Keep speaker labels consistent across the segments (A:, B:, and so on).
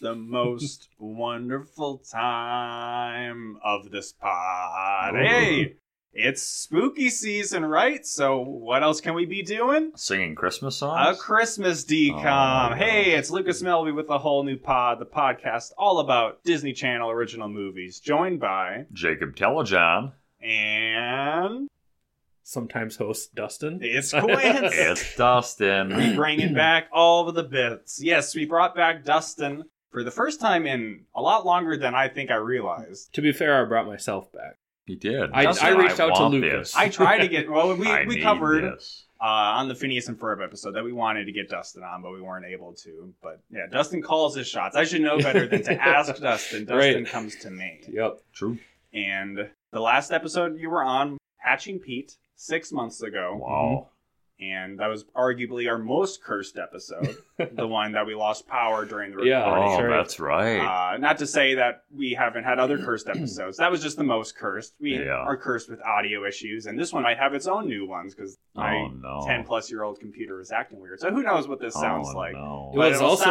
A: the most wonderful time of this pod. Hey, it's spooky season, right? So, what else can we be doing?
B: Singing Christmas
A: A
C: Uh,
B: songs?
A: Christmas decom.
B: Oh,
A: hey,
B: yeah.
A: it's Lucas Melby with a whole new pod, the podcast all about Disney Channel original movies, joined by
B: Jacob Telejohn.
A: and
C: Sometimes host Dustin.
A: it's Quince.
B: It's
A: we
B: Dustin.
A: bringing back all of the bits. Yes, we brought back Dustin for the first time in a lot longer than I think I realized.
C: To be fair, I brought myself back.
B: He did.
C: I,
A: Dustin,
C: I reached
B: I
C: out to
B: want
C: Lucas.
B: this.
A: I tried to get well, we,
B: I
A: we
B: need
A: covered
B: this.
A: uh, on the Phineas and Ferb episode that we wanted to get Dustin on, but we weren't able to. But yeah, Dustin calls his shots. I should know better than to ask Dustin. Dustin
C: Right.
A: comes to me.
C: Yep.
B: True.
A: And the last episode you were on, Hatching Pete, six months
C: Mm-hmm.
A: ago.
B: Wow.
A: And that was arguably our most cursed episode, the one that we lost power during the
C: Yeah.
A: recording.
B: oh,
C: sure.
B: that's right.
A: Uh, not to say that we haven't had other cursed episodes. That was just the most cursed. We
B: Yeah.
A: are cursed with audio issues, and this one might have its own new ones because
B: oh,
A: my
B: no.
A: 10 plus year old computer is acting weird. So who knows what this sounds
B: oh,
A: like?
B: No.
C: It was
A: it'll
C: also-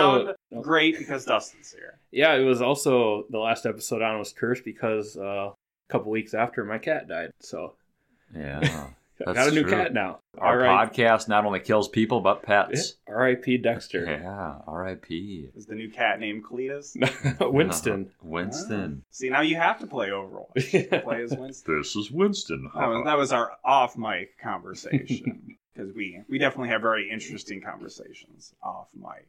A: sound great because Dustin's here.
C: Yeah, it was also the last episode on was cursed because uh, a couple weeks after my cat died. So
B: Yeah.
C: I
B: That's
C: got a new
B: true.
C: cat now.
B: Our
C: R.I-
B: podcast not only kills people, but pets.
C: R.I.P. Dexter.
B: Yeah. R.I.P.
A: Is the new cat named Cletus?
C: Winston.
B: Uh-huh. Winston.
A: See, now you have to play Overwatch. play as Winston.
B: This is Winston.
A: That
C: Oh,
A: was, Oh, that was our off mic conversation because we we definitely have very interesting conversations off mic.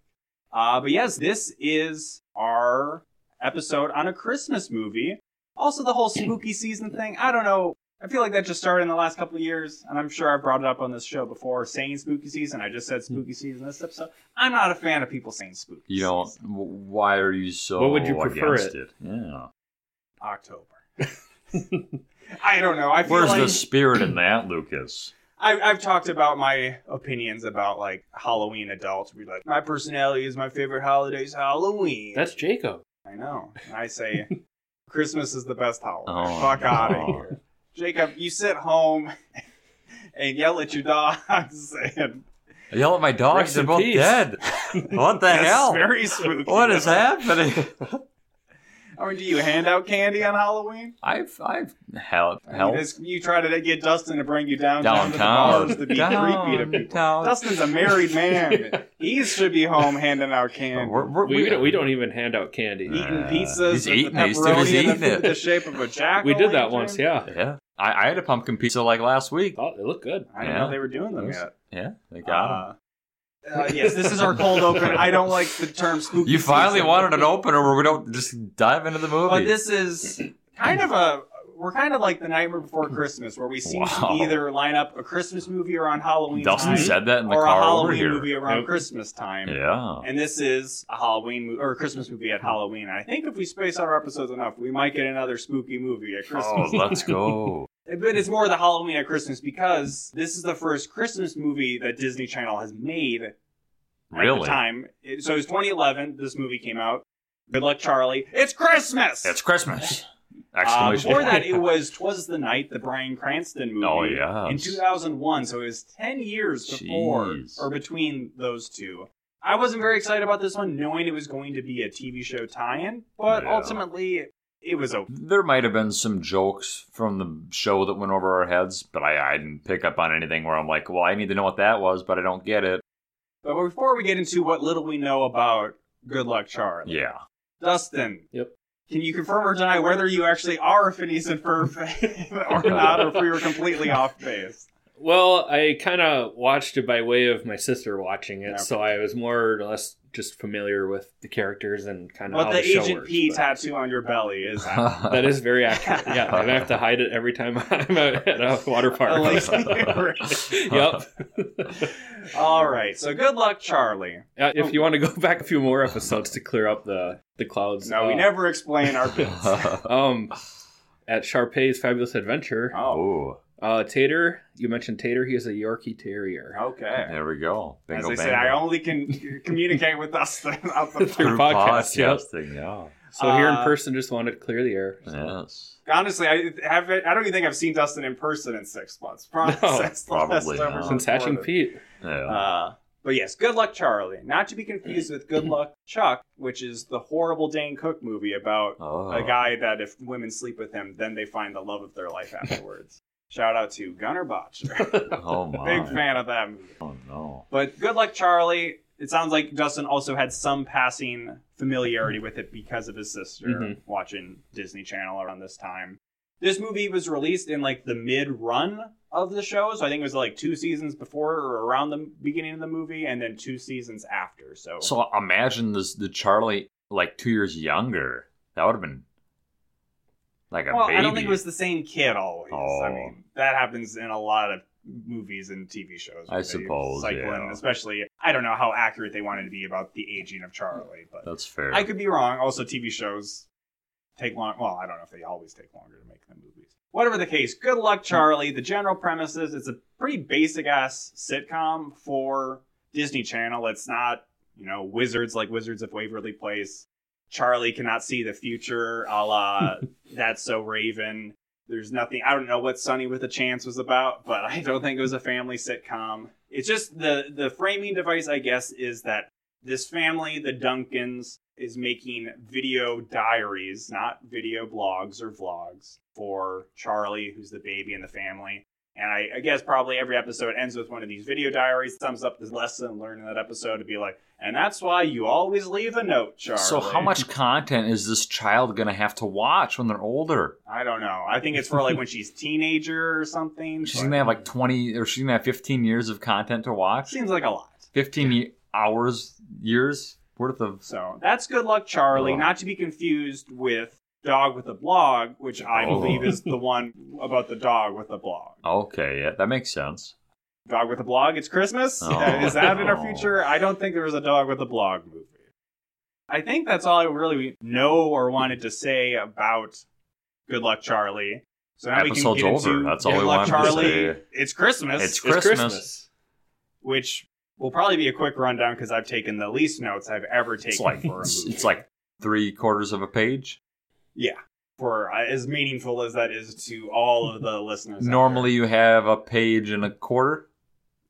A: Uh, but yes, this is our episode on a Christmas movie. Also, the whole spooky season thing. I don't know. I feel like that just started in the last couple of years, and I'm sure I've brought it up on this show before. Saying spooky season, I just said spooky season this episode. I'm not a fan of people saying spooky.
B: You know,
A: season.
B: w- why are you so
C: What would you prefer
B: against
C: it?
B: it? Yeah.
A: October. I don't know. I feel
B: Where's
A: like...
B: the spirit in that, Lucas?
A: I've, I've talked about my opinions about like Halloween adults. Be like, my personality is my favorite holiday is Halloween.
C: That's Jacob.
A: I know. And I say Christmas is the best holiday.
B: Oh,
A: Fuck
B: no.
A: out of here, Jacob. You sit home and yell at your dogs, and
B: I yell at my dogs.
C: Rest
B: They're
C: in
B: both
C: peace.
B: dead. What the
A: that's
B: hell?
A: very spooky.
B: What is happening?
A: I mean, do you hand out candy on Halloween?
B: I've I've helped
A: I mean,
B: help
A: this- you try to get Dustin to bring you downtown,
B: downtown.
A: to the bars to be creepy to people.
B: downtown.
A: Dustin's a married man. he should be home handing out candy.
B: We're- we're-
C: We, don't, we don't even hand out candy.
B: Yeah.
A: eating
B: Uh,
A: pizzas
B: he's
A: with
B: eating
A: the
B: it. He's doing-
A: pepperoni
B: he's
A: in the-
B: eating it.
A: the shape of a jack.
C: We did that once, yeah.
B: Yeah, I, I had a pumpkin pizza like last week.
C: Oh, they look good.
A: I didn't
B: Yeah.
A: know they were doing them
B: Those-
A: yet.
B: Yeah, they
A: Ah.
B: got 'em.
A: Uh, uh, yes, this is our cold open. I don't like the term spooky.
B: You finally
A: season.
B: wanted an opener where we don't just dive into the movie.
A: But this is kind of a. We're kind of like the Nightmare Before Christmas, where we seem
B: Wow.
A: to either line up a Christmas movie around Halloween
B: Dustin
A: time,
B: said that in the
A: or a
B: car over
A: Halloween
B: here.
A: movie around
C: Yep.
A: Christmas time.
B: Yeah,
A: And this is a Halloween mo- or a Christmas movie at Halloween. And I think if we space out our episodes enough, we might get another spooky movie at Christmas.
B: oh, let's go.
A: But it's more the Halloween at Christmas because this is the first Christmas movie that Disney Channel has made at the
B: Really?
A: time. It- So it was 2011. This movie came out. Good luck, Charlie. It's Christmas.
B: It's Christmas!
A: Uh,
B: Exclamation
A: before
B: point.
A: that, it was "Twas the Night," the Brian Cranston movie.
B: Oh, yes.
A: in 2001. So it was 10 years before
B: Jeez.
A: or between those two. I wasn't very excited about this one, knowing it was going to be a TV show tie-in, but
B: Yeah.
A: ultimately it was okay.
B: There might have been some jokes from the show that went over our heads, but I, I didn't pick up on anything where I'm like, well, I need to know what that was, but I don't get it.
A: But before we get into what little we know about Good Luck Charlie,
B: Yeah.
A: Dustin.
C: Yep.
A: Can you confirm or deny whether you actually are a Phineas and Ferb fan or not, or if we were completely off base?
C: Well, I kind of watched it by way of my sister watching it,
A: Okay.
C: so I was more or less just familiar with the characters and kind of
A: But
C: how
A: the
C: show
A: Agent
C: works,
A: P
C: but-
A: tattoo on your belly is
C: That is very accurate. Yeah, I have to hide it every time I'm out at a water
A: at
C: park.
A: least you're-
C: yep.
A: All right. So good luck, Charlie.
C: Uh, if you want to go back a few more episodes to clear up the the clouds.
A: No, we
C: uh,
A: never explain our bits.
C: Um, at Sharpay's Fabulous Adventure,
A: Oh,
B: oh,
C: uh, Tater. You mentioned Tater. He is a Yorkie Terrier.
A: okay.
B: there we go.
A: As
B: Bingo,
A: I said,
B: bango.
A: I only can communicate with Dustin. Out the
C: Through
B: Through
C: podcast, yeah.
B: podcasting, yeah.
C: So here in
A: Uh,
C: person, just wanted to clear the air. So.
B: Yes.
A: Honestly, I haven't. I don't even think I've seen Dustin in person in six months. Probably
C: No,
A: since the last
B: probably
A: time we
B: not.
C: Since hatching
A: recorded.
C: Pete,
B: Yeah.
A: Uh, But yes, Good Luck Charlie, not to be confused with Good Luck Chuck, which is the horrible Dane Cook movie about
B: Oh,
A: a guy that if women sleep with him, then they find the love of their life afterwards. Shout out to Gunnar Botcher.
B: Oh my.
A: Big fan of that movie.
B: Oh no.
A: But Good Luck Charlie, it sounds like Dustin also had some passing familiarity with it because of his sister
B: Mm-hmm.
C: Mhm.
A: watching Disney Channel around this time. This movie was released in like the mid run of the show, so I think it was like two seasons before or around the beginning of the movie, and then two seasons after. So,
B: So imagine this the Charlie like two years younger. That would have been like a
A: well,
B: baby.
A: I don't think it was the same kid always. I
B: Oh.
A: mean, that happens in a lot of movies and TV shows.
B: I
A: where they
B: suppose,
A: cycle in,
B: yeah.
A: especially I don't know how accurate they wanted to be about the aging of Charlie, but
B: That's fair.
A: I could be wrong. Also, TV shows take long. Well, I don't know if they always take longer to make than movies. Whatever the case, good luck, Charlie. The general premise is it's a pretty basic ass sitcom for Disney Channel. It's not, you know, wizards like Wizards of Waverly Place. Charlie cannot see the future, a la That's So Raven. There's nothing. I don't know what Sunny with a Chance was about, but I don't think it was a family sitcom. It's just the the framing device, I guess, is that this family, the Duncans, is making video diaries, not video blogs or vlogs, for Charlie, who's the baby in the family. And I, I guess probably every episode ends with one of these video diaries, sums up the lesson learned in that episode to be like, and that's why you always leave a note, Charlie.
B: so how much content is this child gonna have to watch when they're older?
A: I don't know. I think it's for like when she's teenager or something.
B: She's
A: but
B: gonna have like twenty or she's gonna have fifteen years of content to watch.
A: seems like a lot.
B: Fifteen ye- hours years worth of
A: So that's Good Luck Charlie,
B: Oh.
A: not to be confused with Dog with a Blog, which I
B: Oh.
A: believe is the one about the dog with a blog.
B: Okay, yeah, that makes sense.
A: Dog with a Blog, it's Christmas?
B: Oh.
A: Is that in our
B: Oh.
A: future? I don't think there was a Dog with a Blog movie. I think that's all I really know or wanted to say about Good Luck Charlie. So now
B: Episode's
A: we can get
B: over.
A: into
B: That's
A: Good
B: all we
A: Luck
B: wanted to
A: Charlie.
B: say.
A: It's Christmas.
B: It's
C: It's Christmas.
B: Christmas.
A: which will probably be a quick rundown because I've taken the least notes I've ever taken
B: It's like
A: for a
B: it's,
A: movie.
B: it's like three quarters of a page.
A: yeah, for uh, as meaningful as that is to all of the listeners. out
B: Normally you have a page and a quarter.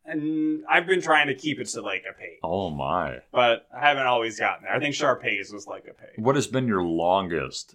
A: there. and I've been trying to keep it to like a page,
B: Oh my.
A: but I haven't always gotten there. I think Sharpay's was like a page.
B: What has been your longest?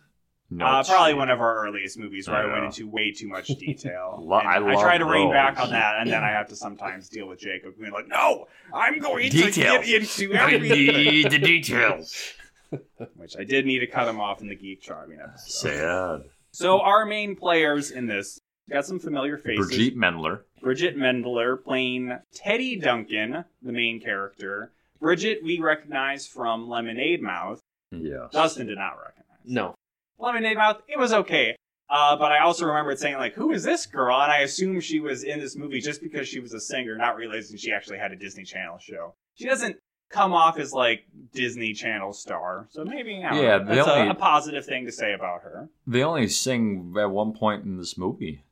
A: Uh,
B: notes
A: probably
B: sheet?
A: one of our earliest movies where I went
B: Yeah.
A: into way too much detail.
B: Lo-
A: And
B: I
A: I try
B: love
A: to rein back
B: those.
A: on that, and then I have to sometimes deal with Jacob being like, "No, I'm going
B: Details.
A: to get into
B: I
A: everything,"
B: need the details.
A: which I did need to cut him off in the Geek Charming episode.
B: Sad.
A: So our main players in this got some familiar faces.
B: Brigitte Mendler.
A: Bridget Mendler playing Teddy Duncan, the main character. Bridget we recognize from Lemonade Mouth.
B: Yes.
A: Dustin did not recognize.
B: Mm.
C: No.
A: Lemonade Mouth, it was okay. Uh, but I also remembered saying like, "Who is this girl?" And I assumed she was in this movie just because she was a singer, not realizing she actually had a Disney Channel show. She doesn't come off as like Disney Channel star, so maybe I don't
B: Yeah,
A: know.
B: the
A: that's a-
B: only-
A: a positive thing to say about her.
B: They only sing at one point in this movie,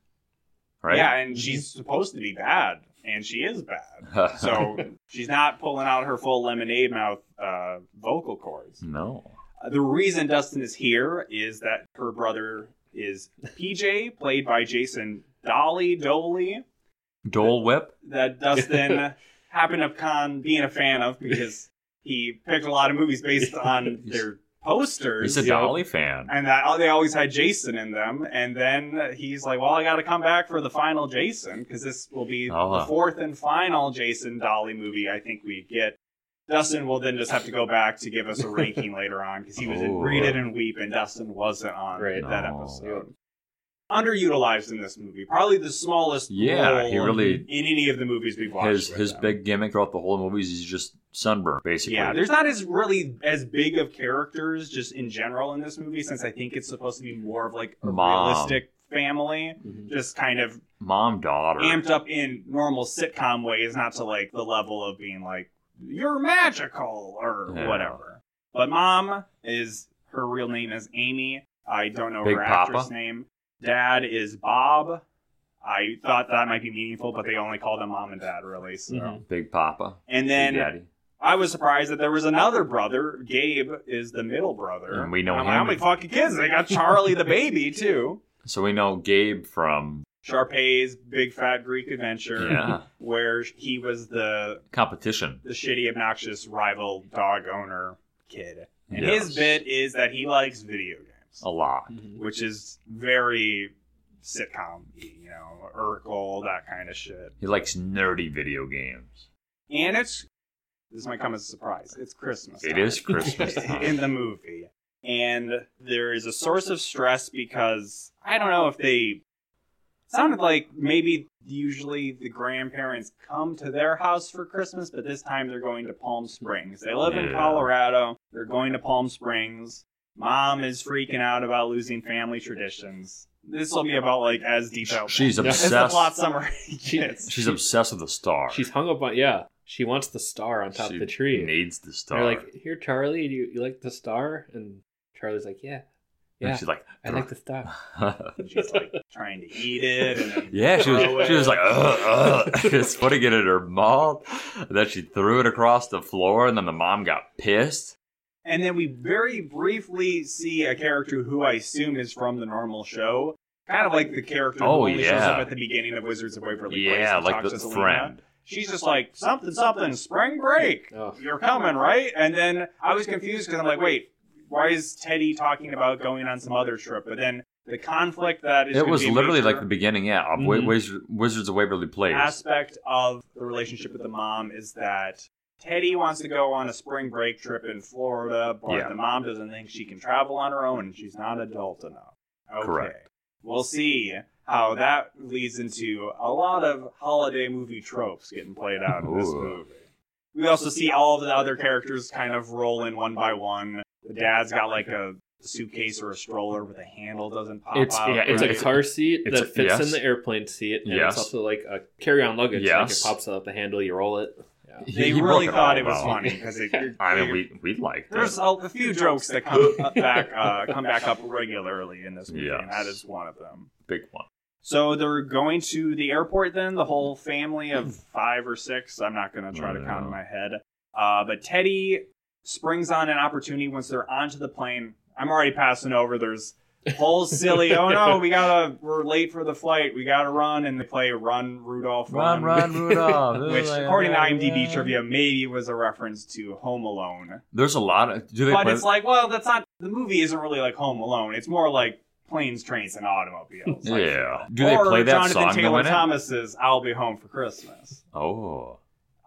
B: right?
A: Yeah, and she's supposed to be bad, and she is bad. So she's not pulling out her full lemonade mouth uh, vocal cords.
B: no.
A: Uh, The reason Dustin is here is that her brother is PJ, played by Jason Dolly Doley,
B: Dole Whip.
A: that Dustin happened upon being a fan of because he picked a lot of movies based on their posters.
B: He's a
C: Yeah.
B: Dolly fan.
A: and that oh, they always had Jason in them. And then he's like, "Well, I got to come back for the final Jason because this will be
B: Oh.
A: the fourth and final Jason Dolly movie I think we get." Dustin will then just have to go back to give us a ranking later on because he was in
B: Ooh. Oh.
A: Read It and Weep, and Dustin wasn't on
C: Right.
A: that
B: No.
A: episode. Underutilized in this movie, probably the smallest.
B: Yeah,
A: role
B: he really
A: in any of the movies we've watched.
B: his
A: with
B: his
A: him.
B: big gimmick throughout the whole movie is he's just sunburned basically.
A: Yeah, there's not as really as big of characters just in general in this movie since I think it's supposed to be more of like a
B: Mom.
A: realistic family,
C: Mhm.
A: just kind of
B: Mom daughter.
A: amped up in normal sitcom ways, not to like the level of being like you're magical or
B: Yeah.
A: whatever. But mom is her real name is Amy. I don't know
B: Big
A: her
B: Papa?
A: actress name. Dad is Bob. I thought that might be meaningful, but they only call them mom and dad really. So,
C: Mhm.
B: Big Papa.
A: and then
B: Mm-hmm. Big Daddy.
A: I was surprised that there was another brother. Gabe is the middle brother.
B: And we know
A: I'm
B: him.
A: Like, How many fucking kids? They got Charlie the baby too.
B: So we know Gabe from
A: Sharpay's Big Fat Greek Adventure,
B: Yeah.
A: where he was the
B: Competition.
A: the shitty, obnoxious rival dog owner kid. And
B: Yeah.
A: his bit is that he likes video games,
B: A lot.
A: which is very sitcom, you know, Urkel, that kind of shit.
B: He likes nerdy video games.
A: And it's this might come as a surprise. It's Christmas.
B: It
A: time.
B: is Christmas time.
A: in the movie. And there is a source of stress because I don't know if they sounded like maybe usually the grandparents come to their house for Christmas, but this time they're going to Palm Springs. They live in
B: Yeah.
A: Colorado, they're going to Palm Springs. Mom is freaking out about losing family traditions. This will be about like as detailed.
B: She's
C: Yeah. It's
A: That's the
B: obsessed.
A: plot summary. yes.
B: She's obsessed with the star.
C: She's hung up on yeah. She wants the star on top
B: She
C: of the tree.
B: Needs the star.
C: They're like, "Here, Charlie, do you, you like the star?" And Charlie's like, "Yeah,
B: And
C: yeah,
B: she's like,
C: I like the star."
A: She's like trying to eat it and then
B: yeah, she
A: throw
B: was,
A: it.
B: she was like, ugh, ugh, just putting it in her mouth. And then she threw it across the floor, and then the mom got pissed.
A: And then we very briefly see a character who I assume is from the normal show. Kind of like the character
B: Oh,
A: who only shows
B: yeah.
A: up at the beginning of Wizards of Waverly Place.
B: yeah,
A: and
B: like
A: talks
B: the
A: to Selena.
B: friend.
A: She's just like, something, something, spring break.
C: Oh,
A: You're coming, right? And then I was confused because I'm like, wait, why is Teddy talking about going on some other trip? But then the conflict that is
B: It
A: gonna
B: was
A: be a Mm-hmm.
B: literally
A: major
B: like the beginning, yeah, of Wi-
C: Mhm.
B: Wiz- Wizards of Waverly Place.
A: aspect of the relationship with the mom is that Teddy wants to go on a spring break trip in Florida, but
B: Yeah.
A: the mom doesn't think she can travel on her own and she's not adult enough. Okay.
B: Correct.
A: We'll see how that leads into a lot of holiday movie tropes getting played out in this
B: Ooh.
A: movie. We also see all of the other characters kind of roll in one by one. The dad's got like a suitcase or a stroller with a handle doesn't pop
C: it's
A: out.
C: yeah, it's a
A: right?
C: car seat
B: It's
C: that
B: a-
C: fits
B: yes.
C: in the airplane seat, and
B: Yes.
C: it's also like a carry-on luggage.
B: Yes.
C: Like it pops out the handle, you roll it. Yeah.
B: He-
A: They
B: he broke
A: really
B: it
A: thought
B: all
A: it was
B: about.
A: funny because it,
B: I mean, we we liked it.
A: There's a, a few jokes that come up back uh, come back up regularly in this movie, and
B: Yes.
A: that is one of them.
B: Big one.
A: So they're going to the airport then, the whole family
B: Hmm.
A: of five or six. I'm not going to try to count in my head. Uh, but Teddy springs on an opportunity once they're onto the plane. I'm already passing over. There's whole silly, oh no, we gotta, we're late for the flight. We gotta run. And they play Run Rudolph.
B: Run, run, Rudolph.
A: Which, according to IMDb trivia, maybe was a reference to Home Alone
B: there's a lot of. Do they
A: but
B: play?
A: it's like, well, that's not the movie isn't really like Home Alone. It's more like planes, trains, and automobiles. I
B: Yeah.
A: feel.
B: Do they
A: or
B: play that
A: Jonathan
B: song, though,
A: Taylor
B: in it?
A: Thomas's "I'll Be Home for Christmas."
B: oh,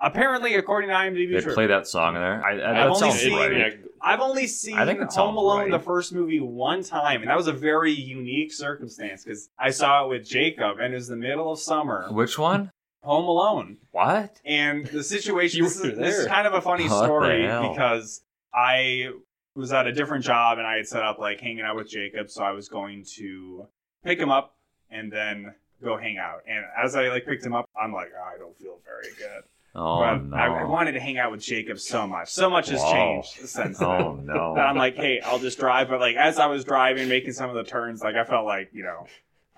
A: Apparently, according to IMDb,
B: they
A: trivia,
B: play that song in there. I, I,
A: I've
B: that
A: only
B: sounds
A: seen-
B: right.
C: Yeah,
A: I've only seen
B: I think it
A: Home
B: sounds
A: Alone,
B: right.
A: the first movie, one time, and that was a very unique circumstance because I saw it with Jacob, and it was the middle of summer.
B: Which one?
A: Home Alone.
B: What?
A: And the situation
C: You
A: this,
C: were
A: is, this is
C: there.
A: kind of a funny
B: What the
A: story
B: hell?
A: because I was at a different job and I had set up like hanging out with Jacob, so I was going to pick him up and then go hang out. And as I like picked him up, I'm like, "Oh, I don't feel very good.
B: Oh
A: but
B: no!
A: I, I wanted to hang out with Jacob so much. So much has
B: Wow.
A: changed since then.
B: oh
A: That I'm
B: no!
A: like, hey, I'll just drive. But like as I was driving, making some of the turns, like I felt like, you know,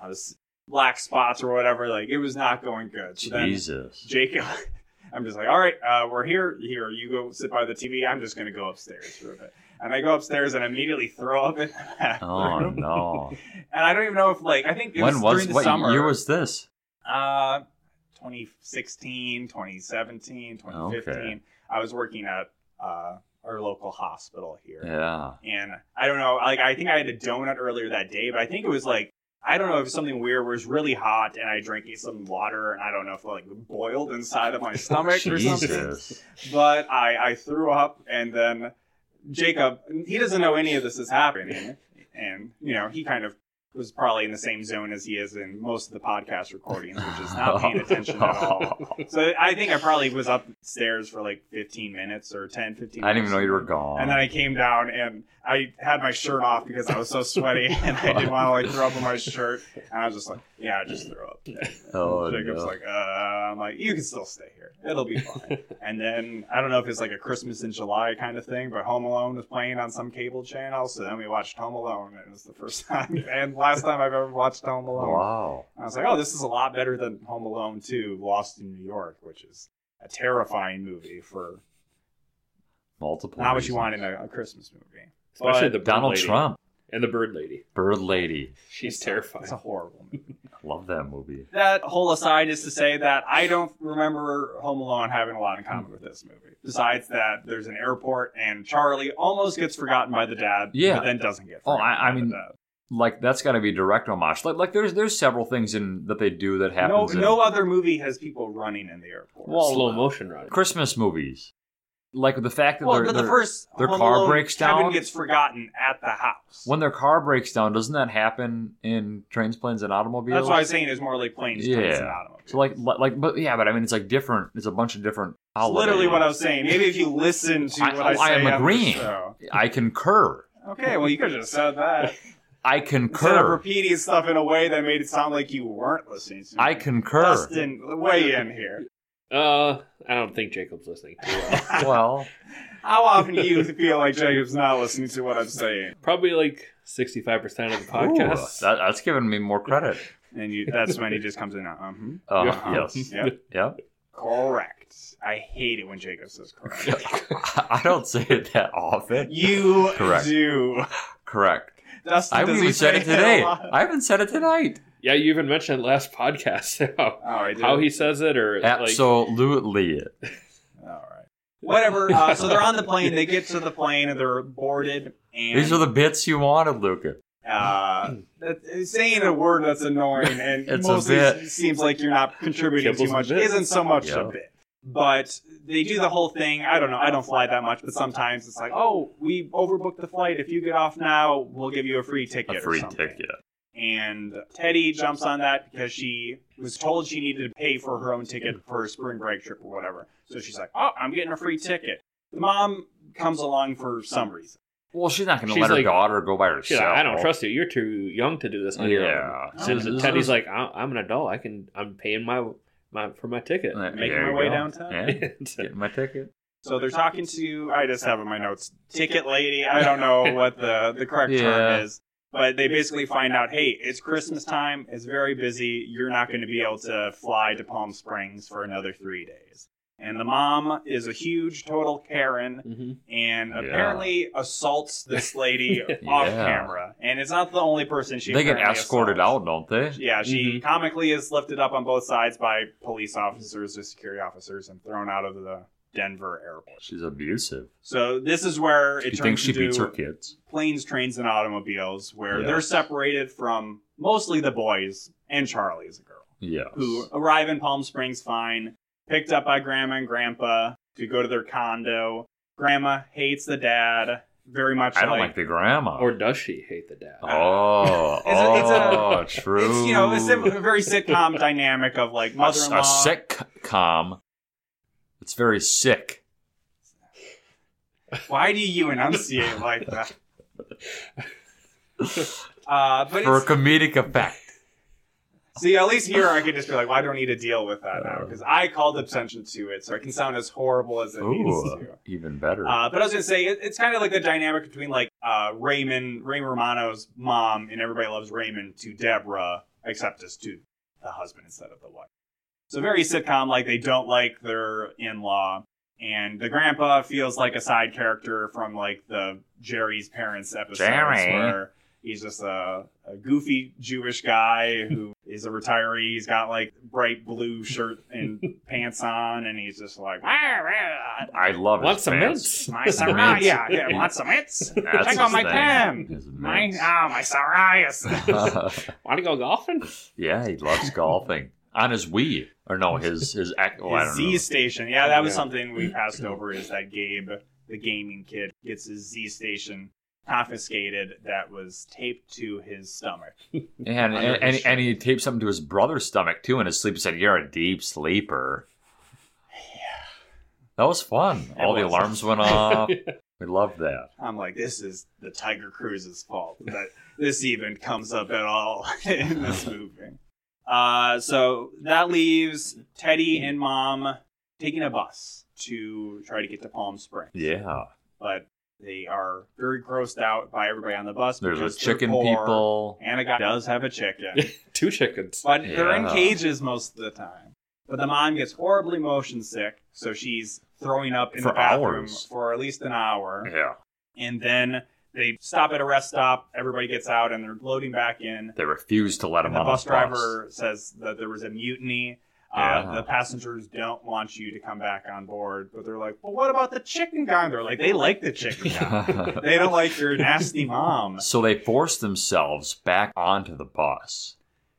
A: I was black spots or whatever, like it was not going good. So then
B: Jesus!
A: Jacob, I'm just like, all right, uh, we're here. Here, you go sit by the TV. I'm just going to go upstairs for a bit. And I go upstairs and immediately throw up in the
B: Oh
A: bathroom.
B: no!
A: And I don't even know if, like, I think it
B: when
A: was,
B: was
A: during the
B: what
A: summer.
B: year was this?
A: uh, 2016, 2017, 2015.
B: Okay.
A: I was working at uh, our local hospital here.
B: Yeah.
A: And I don't know, like, I think I had a donut earlier that day, but I think it was like, I don't know if something weird was really hot and I drank some water and I don't know if like boiled inside of my stomach or something
B: Jesus!
A: but I, I threw up and then Jacob he doesn't know any of this is happening and you know he kind of was probably in the same zone as he is in most of the podcast recordings which is not paying attention at
B: Oh,
A: all so I think I probably was upstairs for like 15 minutes or 10 15
B: I didn't even know you were
A: minutes.
B: gone.
A: and then I came down and I had my shirt off because I was so sweaty and I didn't want to like throw up on my shirt. And I was just like, yeah, I just threw up.
B: oh
A: Jacob's
B: no!
A: like, uh, I'm like, you can still stay here. It'll be fine. and then I don't know if it's like a Christmas in July kind of thing, but Home Alone was playing on some cable channel. So then we watched Home Alone. And it was the first time and last time I've ever watched Home Alone.
B: wow!
A: I was like, oh, this is a lot better than Home Alone 2 Lost in New York, which is a terrifying movie for
B: Multiple.
A: not what you
B: reasons.
A: want in a, a Christmas movie.
C: especially
A: But
C: the bird
B: Donald
C: lady.
B: Trump,
C: and the bird lady.
B: Bird Lady.
C: She's
A: It's a-
C: terrifying.
A: It's a horrible movie.
B: Love that movie.
A: That whole aside is to say that I don't remember Home Alone having a lot in
B: Hmm.
A: common with this movie. Besides that, there's an airport and Charlie almost gets forgotten by the dad,
B: Yeah.
A: but then doesn't get
B: Oh,
A: forgotten.
B: I- I
A: by the
B: mean,
A: dad.
B: Like that's got to be a direct homage. Like like there's there's several things in that they do
A: no,
B: that happens. in
A: no other movie has people running in the airport.
B: Well,
C: Slow motion running.
B: Christmas movies. Like the fact that
A: Well,
B: they're,
A: but the
B: they're-
A: first
B: their
A: Home
B: car
A: Alone,
B: breaks
A: Kevin
B: down.
A: gets forgotten at the house.
B: when their car breaks down, doesn't that happen in trains, planes, and automobiles?
A: That's why I was saying it's more like planes, planes, and
B: Yeah.
A: automobiles.
B: So like li- like but yeah, but I mean it's like different. It's a bunch of different.
A: It's
B: Holidays.
A: literally what I was saying. Maybe if you listen to
B: I-
A: what I,
B: I
A: say
B: am
A: on the
B: agreeing.
A: show.
B: I concur.
A: Okay, well, you could have just said that.
B: I
A: Instead of
B: concur.
A: repeating stuff in a way that made it sound like you weren't listening to me.
B: I concur.
A: Dustin, weigh in here.
C: Uh, I don't think Jacob's listening.
B: Well,
A: How often do you feel like Jacob's not listening to what I'm saying?
C: Probably like sixty-five percent of the podcast.
B: ooh, that, that's giving me more credit.
A: And you, that's when he just comes in. Uh huh.
B: Uh,
C: Yeah.
B: Yes.
A: Yep.
B: Yeah.
A: Correct. I hate it when Jacob says correct.
B: I don't say it that often.
A: You
B: Correct.
A: do.
B: Correct.
A: Dustin,
B: I haven't
A: does
B: even
A: he
B: said
A: say
B: it today.
A: a lot?
B: I haven't said it tonight.
C: yeah, you even mentioned last podcast how,
A: Oh, I did.
C: how he says it, or like
B: Absolutely.
A: All right. Whatever. Uh, so they're on the plane. They get to the plane and they're boarded. And
B: These are the bits you wanted, Luca.
A: uh, that- saying a word that's annoying and
B: It's a
A: mostly
B: bit.
A: s- seems like you're not contributing
C: Kibbles
A: too much
C: and bits.
A: isn't so much
B: Yeah.
A: a bit. But they do the whole thing. I don't know. I don't fly that much, but sometimes it's like, oh, we overbooked the flight. If you get off now, we'll give you a free ticket.
B: A free
A: or something.
B: ticket.
A: And Teddy jumps on that because she was told she needed to pay for her own ticket for a spring break trip or whatever. So she's like, oh, I'm getting a free ticket. The mom comes along for some reason.
B: Well, she's not going to
C: She's
B: let her
C: like,
B: daughter go by herself.
C: She's like, I don't trust you. You're too young to do this on your own.
B: Yeah.
A: So
C: And Teddy's like, I'm, I'm an adult. I can. I'm paying my my for my ticket.
B: There
A: Making
B: you
A: my way
B: go.
A: downtown.
B: Yeah. Getting my ticket.
A: So they're talking to I just have in my notes ticket lady. I don't know what the the correct
B: Yeah.
A: term is, but they basically find out, hey, it's Christmas time. It's very busy. You're not going to be able to fly to Palm Springs for another three days. And the mom is a huge total Karen
C: Mhm.
A: and
B: Yeah.
A: apparently assaults this lady
C: Yeah.
A: off camera. And it's not the only person she
B: they get
A: apparently
B: escorted
A: assaults.
B: out, Mm-hmm. don't they?
A: Yeah, she comically is lifted up on both sides by police officers or security officers and thrown out of the Denver airport.
B: She's abusive.
A: So this is where it
B: She
A: turns
B: thinks she
A: into
B: beats her kids.
A: planes, trains, and automobiles, where
B: Yes.
A: they're separated from mostly the boys and Charlie as a girl,
B: Yes.
A: who arrive in Palm Springs fine, picked up by grandma and grandpa to go to their condo. Grandma hates the dad very much.
B: I don't like the grandma.
C: Or does she hate the dad?
B: oh,
A: It's a- it's a-
B: oh, true.
A: it's you know a, sim- a very sitcom dynamic of like
B: A-
A: mother-in-law.
B: a sick com. It's very sick.
A: Why do you enunciate like that? Uh, but
B: for
A: it's,
B: comedic effect.
A: See, at least here I can just be like, well, I don't need to deal with that now because I called attention to it, so I can sound as horrible as it needs
B: Ooh,
A: to.
B: even better.
A: Uh, but I was gonna say it, it's kind of like the dynamic between like uh, Raymond, Ray Romano's mom, and everybody loves Raymond to Deborah, except as to the husband instead of the wife. So very sitcom, like they don't like their in-law, and the grandpa feels like a side character from like the Jerry's parents episodes
B: Jerry.
A: where he's just a, a goofy Jewish guy who is a retiree. He's got like bright blue shirt and pants on, and he's just like,
B: I love
C: Want
B: his
C: some mints?
B: pants.
A: my
B: It's
A: Saraya,
B: immense.
A: uh, yeah, yeah, want some hits?
B: That's
A: Check out
B: his
A: my
B: thing.
A: pen.
B: His
A: My
B: mints.
A: ah, my Saraya.
C: Want to go golfing?
B: yeah, he loves golfing on his Wii or no, his his. ac- Oh, I
A: his
B: don't
A: Z
B: know.
A: station, yeah, that was
C: Yeah.
A: something we passed over. Is that Gabe, the gaming kid, gets his Z station confiscated that was taped to his stomach.
B: And
A: Under
B: and, and,
A: his-
B: and he taped something to his brother's stomach too in his sleep. He said, "You're a deep sleeper." That was fun.
A: It
B: All the
A: was.
B: alarms went off. we loved that.
A: I'm like, this is the Tiger Cruz's fault that this even comes up at all in this movie. Uh, so that leaves Teddy and Mom taking a bus to try to get to Palm Springs.
B: Yeah,
A: but they are very grossed out by everybody on the bus.
B: there's
A: because
B: those
A: they're
B: chicken
A: poor,
B: people.
A: And a guy does have a chicken,
C: Two chickens.
A: but they're in
B: Yeah.
A: cages most of the time. But the mom gets horribly motion sick, so she's throwing up in
B: For
A: the bathroom
B: hours.
A: for at least an hour,
B: Yeah,
A: and then They stop at a rest stop. Everybody gets out, and they're loading back in.
B: They refuse to let him
A: And the
B: on
A: bus
B: the bus.
A: driver says that there was a mutiny. Uh,
B: Yeah.
A: the passengers don't want you to come back on board, but they're like, "Well, what about the chicken guy?" And They're like, "They like the chicken guy. they don't like your nasty mom."
B: so they force themselves back onto the bus.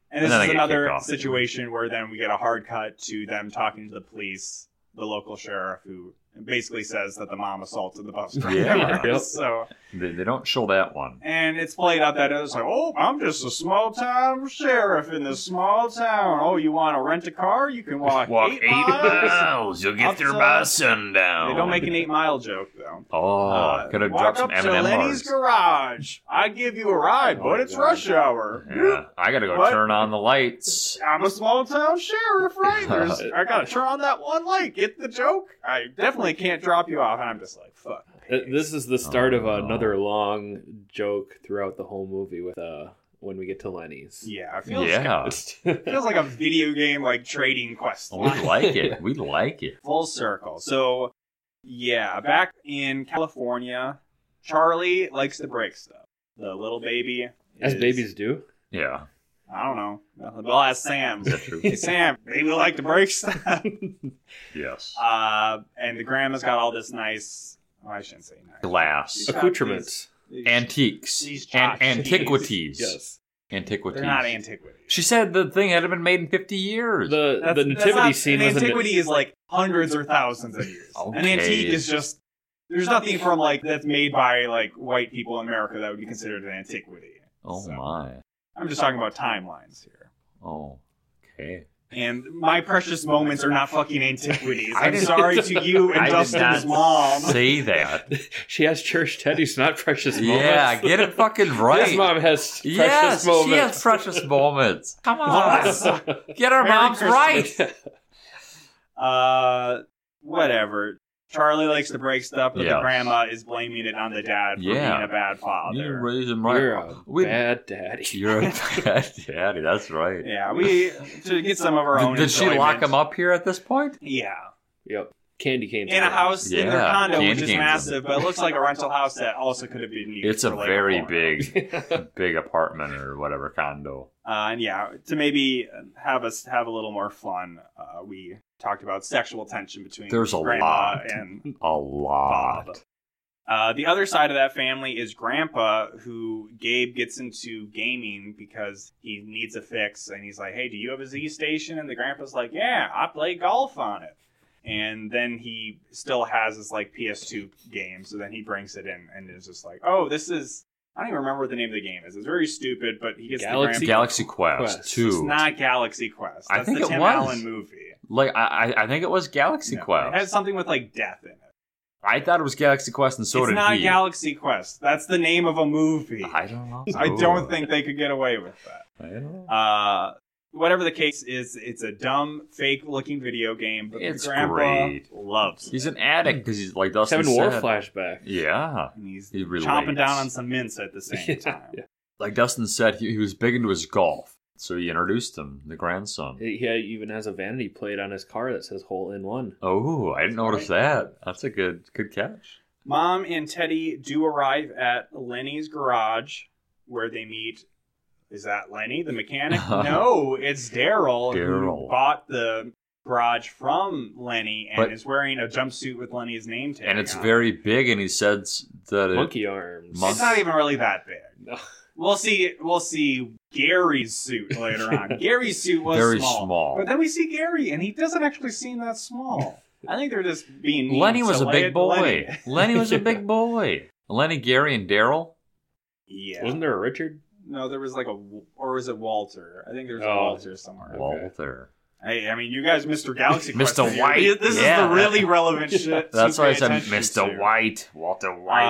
A: And this
B: And then
A: is
B: I get
A: another
B: kicked off.
A: situation where then we get a hard cut to them talking to the police, the local sheriff, who basically says that the mom assaulted the bus driver.
B: Yeah.
C: Yep.
A: So,
B: They, they don't show that one.
A: and it's played out that it's like, oh, I'm just a small town sheriff in this small town. Oh, you want to rent a car? You can walk, eight, miles.
B: You'll
A: Up to-
B: sundown.
A: they don't make an eight mile joke though.
B: Oh,
A: Uh,
B: could have
A: walk
B: dropped
A: up to
B: some Eminem
A: Lenny's
B: bars.
A: garage. I give you a ride,
C: Oh
A: but
C: my
A: it's
C: God.
A: rush hour.
B: Yeah, I gotta go
A: What?
B: turn on the lights.
A: I'm a small town sheriff, right? There's, I gotta turn on that one light. Get the joke? I definitely can't drop you off. And I'm just like, fuck.
C: Th- This is the start of
B: Oh, no.
C: another long joke throughout the whole movie with uh when we get to Lenny's.
A: Yeah, it feels,
B: Yeah,
A: it feels like a video game like trading quest.
B: Oh, we like it. We like it.
A: Full circle. So, yeah, back in California, Charlie likes to break stuff. The little baby.
C: As
A: is-
C: babies do.
B: Yeah,
A: I don't know. Well, ask Sam.
B: is that true?
A: hey, Sam, baby like to break stuff.
B: yes.
A: Uh, and the grandma's got all this nice. Oh, I shouldn't say nice.
B: Glass,
A: Got
C: Accoutrements.
A: These-
B: antiques,
A: These
B: and
A: tchotchkes.
B: antiquities.
C: Yes.
B: Antiquities.
A: They're not antiquities.
B: She said the thing hadn't been made in 50 years.
C: The
A: That's-
C: the
A: that's
C: nativity
A: not-
C: scene
A: An
C: was a-
A: antiquity is like hundreds or thousands of years. An
B: Okay.
A: antique is just there's nothing from like that's made by like white people in America that would be considered an antiquity.
B: oh,
A: So,
B: my.
A: I'm just talking about timelines here.
B: Oh, okay.
A: And my precious moments are not fucking antiquities.
B: I
A: I'm
B: did-
A: sorry to you and
B: I did
A: Dustin's
B: not
A: mom.
B: Say that.
C: she has church teddy's not precious moments.
B: yeah, get it fucking right.
C: His mom has precious
B: yes,
C: moments.
B: she has precious moments. Come on.
A: Yes.
B: Get our
A: Merry
B: moms
A: Christmas.
B: right.
A: Uh, whatever. Charlie likes to break stuff, but the
B: Yeah.
A: grandma is blaming it on the dad for
B: Yeah.
A: being a bad father.
B: You raise them right.
C: You're a
B: We-
C: bad daddy.
B: You're a bad daddy. That's right.
A: Yeah, we to get some of our own.
B: Did, did she lock
A: enjoyment.
B: him up here at this point?
A: Yeah,
C: Yep. Candy canes.
A: in a house in their
B: Yeah,
A: condo, which
B: candy
A: is
B: canes.
A: massive, but it looks like a rental house that also could have been used.
B: It's a
A: for, like,
B: very
A: porno.
B: big, big apartment or whatever condo.
A: Uh, and yeah, to maybe have us have a little more fun, uh, we talked about sexual tension between
B: There's a
A: grandma
B: lot.
A: and
B: A
A: Bob.
B: lot.
A: Uh, the other side of that family is Grandpa, who Gabe gets into gaming because he needs a fix, and he's like, "Hey, do you have a Z station?" And the Grandpa's like, "Yeah, I play golf on it." And then he still has his like PS2 game, so then he brings it in and is just like, "Oh, this is." I don't even remember what the name of the game is. It's very stupid, but he gets
C: Galaxy-
A: the Grandpa.
B: Galaxy Quest,
C: Quest.
A: It's
B: Two.
A: not Galaxy Quest.
B: I
A: That's
B: think
A: the
B: it
A: Tim
B: was.
A: Allen movie.
B: Like I, I I think it was Galaxy
A: No,
B: Quest.
A: It has something with like death in it.
B: I thought it was Galaxy Quest, and so
A: it's
B: did
A: not
B: he.
A: Galaxy Quest. That's the name of a movie.
B: I don't know.
A: I don't think they could get away with that.
B: I don't know.
A: Uh, whatever the case is, it's a dumb, fake-looking video game, but
B: It's
A: the grandpa
B: great.
A: loves it.
B: He's an addict because he's like Dustin
C: Seven War
B: said.
C: flashback.
B: Yeah,
A: And he's
B: he relates.
A: chomping down on some mints at the same time.
B: Like Dustin said, he, he was big into his golf, so he introduced him, the grandson.
C: He he even has a vanity plate on his car that says "hole in one."
B: Oh, I didn't notice that. That's a good good catch.
A: Mom and Teddy do arrive at Lenny's garage, where they meet. Is that Lenny, the mechanic? no, it's Daryl who
B: Daryl.
A: bought the garage from Lenny and
B: But-
A: is wearing a jumpsuit with Lenny's name tag.
B: And it's
A: on.
B: very big, and he says that it,
C: Monkey arms.
B: Mon-
A: It's not even really that big.
C: No.
A: We'll see. We'll see Gary's suit later on. Gary's suit was
B: Very
A: small,
B: small.
A: but then we see Gary, and he doesn't actually seem that small. I think they're just being. mean,
B: Lenny
A: so
B: was a
A: lay it
B: big
A: to
B: boy.
A: Lenny.
B: Lenny, was a big boy. Lenny, Gary, and Daryl.
A: Yeah.
C: Wasn't there a Richard?
A: no, there was like a, or was it Walter? I think there's a
C: Oh.
A: Walter somewhere.
B: Walter.
A: Hey, I mean, you guys, Mr. Galaxy, Quest
B: Mr.
A: here.
B: White,
A: This
B: yeah.
A: is the really relevant shit.
B: That's
A: to
B: why I
A: pay
B: said
A: attention
B: Mr.
A: to.
B: White. Walter White.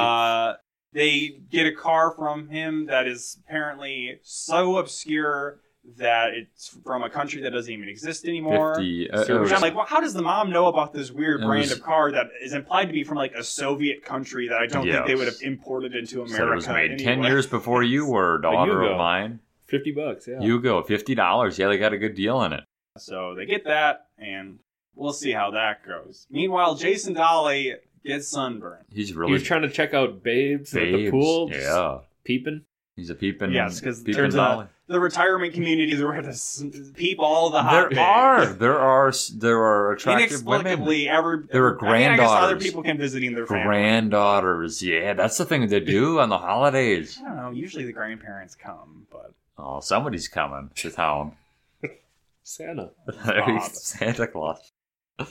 A: Uh, they get a car from him that is apparently so obscure that it's from a country that doesn't even exist anymore.
B: Fifty. uh,
C: Sir,
B: it
A: Which
B: was-
A: I'm like, well, how does the mom know about this weird
B: It
A: brand
B: was-
A: of car that is implied to be from like a Soviet country that I don't
B: Yeah.
A: think they would have imported into America?
B: said it was made ten
A: anyway?
B: years before you were,
C: But
B: daughter
C: Hugo.
B: of mine.
C: Fifty bucks. Yeah.
B: You go fifty dollars. Yeah, they got a good deal in it.
A: So they get that, and we'll see how that goes. Meanwhile, Jason Dolly Get sunburned.
B: He's
C: He
B: really
C: was trying to check out babes, at the
B: babes.
C: pool. just
B: Yeah,
C: Peeping.
B: he's a peeping.
A: Yes, 'cause it
B: peeping
A: turns out
B: Molly.
A: The retirement communities are where to s- peep all the hot.
B: there
A: babes.
B: are there are s- there are attractive women.
A: inexplicably every.
B: There were
A: I mean, I guess other
B: granddaughters.
A: people came visiting their family.
B: Granddaughters, yeah, that's the thing they do on the holidays.
A: I don't know. Usually the grandparents come, but
B: Oh, somebody's coming to town.
C: Santa.
B: There you-
A: Bob.
B: Santa Claus.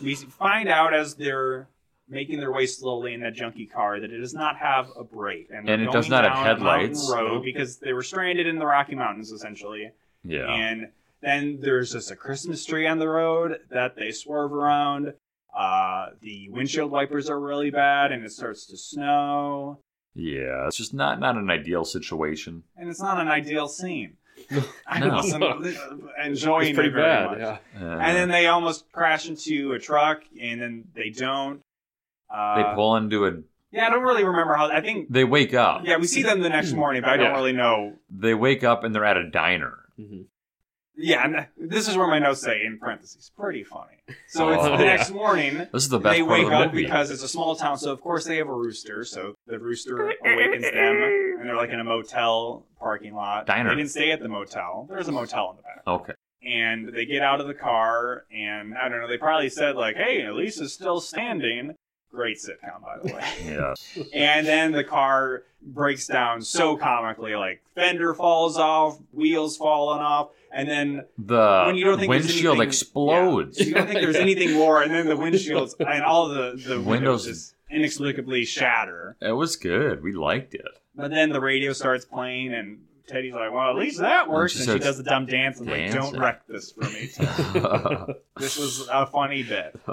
A: we find out as they're making their way slowly in that junky car that it does not have a brake and, they're
B: And it
A: going
B: does not have
A: down a mountain
B: headlights.
A: road because they were stranded in the rocky mountains essentially
B: Yeah.
A: and then there's just a christmas tree on the road that they swerve around uh, the windshield wipers are really bad and it starts to snow
B: Yeah, it's just not not an ideal situation.
A: and it's not an ideal scene i
B: No.
A: wasn't enjoying
C: It's pretty
A: it Oh, very
C: bad.
A: much.
C: Yeah.
B: Uh,
A: and then they almost crash into a truck and then they don't uh,
B: they pull into a.
A: Yeah, I don't really remember how. I think.
B: They wake up.
A: Yeah, we see them the
B: Hmm.
A: next morning, but I don't
C: Yeah.
A: really know.
B: They wake up and they're at a diner.
C: Mhm.
A: Yeah, and this is where my notes say in parentheses. Pretty funny. So it's
B: Oh.
A: the next morning.
B: This is the best
A: They
B: part
A: wake
B: of the
A: up
B: movie.
A: because it's a small town, so of course they have a rooster. So the rooster awakens them, and they're like in a motel parking lot.
B: Diner.
A: They didn't stay at the motel. There's a motel in the back.
B: okay.
A: and they get out of the car and i don't know they probably said like hey elise is still standing great sitcom by the way
B: Yeah.
A: and then the car breaks down so comically like fender falls off wheels falling off and then
B: The
A: when you don't think there's
B: windshield
A: anything-
B: explodes.
A: yeah, you don't think there's anything more and then the windshields and all the, the windows
B: Windows-
A: just inexplicably shatter
B: It was good. We liked it.
A: but then the radio starts playing and teddy's like well at least that works
B: she
A: and she,
B: starts
A: does the dumb dance and like don't
B: dancing.
A: wreck this for me this was a funny bit.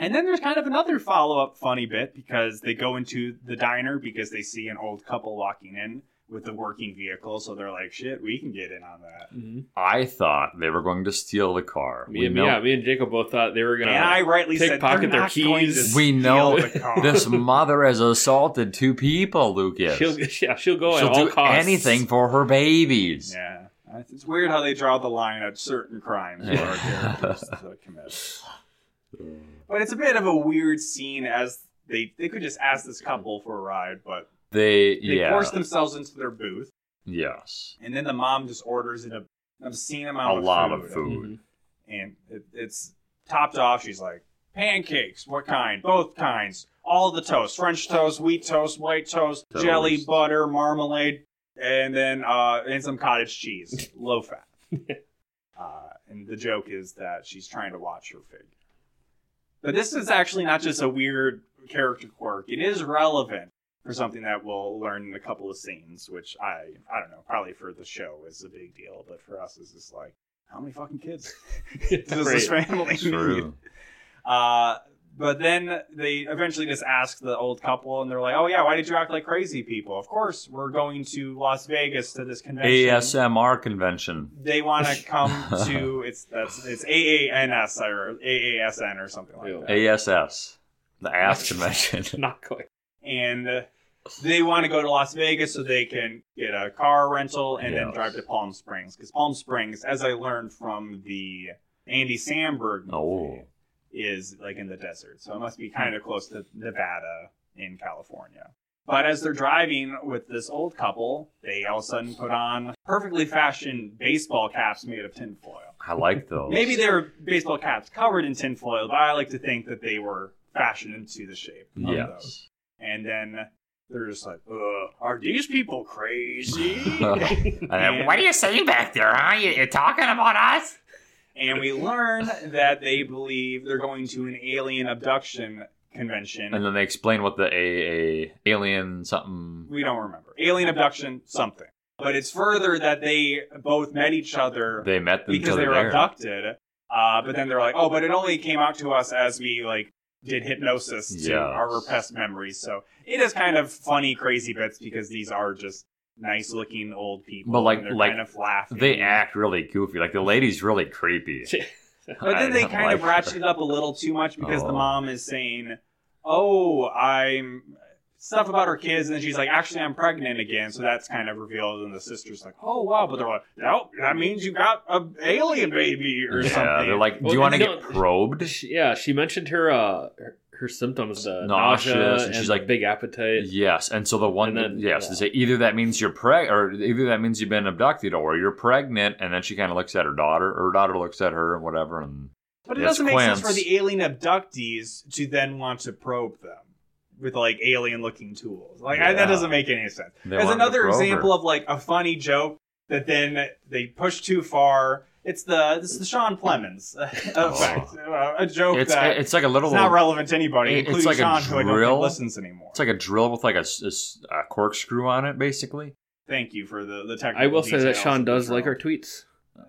A: And then there's kind of another follow up funny bit because they go into the diner because they see an old couple walking in with a working vehicle. So they're like, shit, we can get in on that.
C: Mhm.
B: I thought they were going to steal the car.
C: Me
B: We
C: and,
B: know
C: yeah, me and Jacob both thought they were gonna.
A: and I rightly said, they're
C: pickpocket their
A: not going to
C: keys.
B: We
A: steal
B: know
A: the car.
B: this mother has assaulted two people, Lucas.
C: She'll, yeah, she'll go
B: She'll
C: at all
B: do
C: costs.
B: anything for her babies.
A: Yeah. It's weird how they draw the line at certain crimes for our characters to commit. But it's a bit of a weird scene as they, they could just ask this couple for a ride, but
B: They,
A: they
B: yeah,
A: force themselves into their booth.
B: yes,
A: And then the mom just orders an ob- obscene
B: a
A: amount of
B: lot
A: food.
B: of food.
C: Mhm.
A: And it, it's topped off. She's like, pancakes, what kind? Both kinds. All the toast French toast, wheat toast, white toast,
B: Toast.
A: jelly, butter, marmalade, and then uh, and some cottage cheese, low fat. uh, and the joke is that she's trying to watch her figure. But this is actually not just a weird character quirk, it is relevant. For something that we'll learn in a couple of scenes, which I I don't know, probably for the show is a big deal, but for us is just like, how many fucking kids does this
C: Right.
A: family need?
B: True.
A: Uh, but then they eventually just ask the old couple, and they're like, "Oh yeah, why did you act like crazy people? Of course, we're going to Las Vegas to this convention.
B: ASMR convention.
A: They want to come to it's that's it's AANS or AASN or something like
C: Ew.
A: that,
B: ASS. The ass convention.
C: Not quite.
A: and uh, they want to go to Las Vegas so they can get a car rental and then
B: Yes.
A: drive to Palm Springs because Palm Springs, as I learned from the Andy Samberg movie,
B: Oh.
A: is like in the desert. So it must be kind of close to Nevada in California. But as they're driving with this old couple, they all of a sudden put on perfectly fashioned baseball caps made of tinfoil.
B: I like those.
A: Maybe they were baseball caps covered in tinfoil, but I like to think that they were fashioned into the shape of those.
B: Yes.
A: And then they're just like, Ugh, are these people crazy?
B: And then,
A: Yeah.
B: what are you saying back there, huh? You, you're talking about us?
A: and we learn that they believe they're going to an alien abduction convention.
B: And then they explain what the AA alien something.
A: we don't remember alien abduction something but it's further that they both met each other
B: They met them
A: because
B: till
A: they were
B: there.
A: abducted uh, but then they're like oh but it only came out to us as we like did hypnosis to
B: Yes.
A: our repressed memories so it is kind of funny crazy bits because these are just nice looking old people
B: But, like-
A: and they're
B: like,
A: kind of laughing
B: They act really goofy. Like the lady's really creepy.
A: But then
B: I
A: they
B: don't
A: kind of
B: like
A: ratchet it up a little too much because the
B: Oh.
A: mom is saying, "Oh, I'm stuff about her kids," and then she's like, "Actually, I'm pregnant again." So that's kind of revealed, and the sister's like, "Oh wow," but they're like, "Nope, that means you got a alien baby or
B: yeah,
A: something."
B: they're like, do
C: Well,
B: you want to
C: no-
B: get probed?
C: She- yeah, she mentioned her uh her, her symptoms the
B: Nauseous,
C: nausea,
B: and
C: and
B: she's
C: the
B: like-
C: big appetite.
B: Yes, and so the one
C: And then-
B: yes,
C: yeah.
B: they say either that means you're preg or either that means you've been abducted or you're pregnant, and then she kind of looks at her daughter, or her daughter looks at her and whatever, and
A: But it
B: Yes,
A: doesn't make sense for
B: Quince.
A: the alien abductees to then want to probe them with like alien looking tools. Like I, that
B: Yeah.
A: doesn't make any sense.
B: they
A: As
B: wanted to
A: another
B: probe her.
A: example of like a funny joke that then they push too far. It's the this is the Sean Clemens effect.
B: Oh.
A: Uh, a joke
B: it's
A: that
B: it's like a little
A: it's not relevant to anybody,
B: it- it's
A: including
B: like
A: Sean,
B: a
A: who I don't
B: drill.
A: think listens anymore.
B: it's like a drill with like a, s- a s- a corkscrew on it, basically.
A: Thank you for the the technical.
C: I will say that
A: details
C: Sean
A: of the
C: does like
A: drill.
C: our tweets.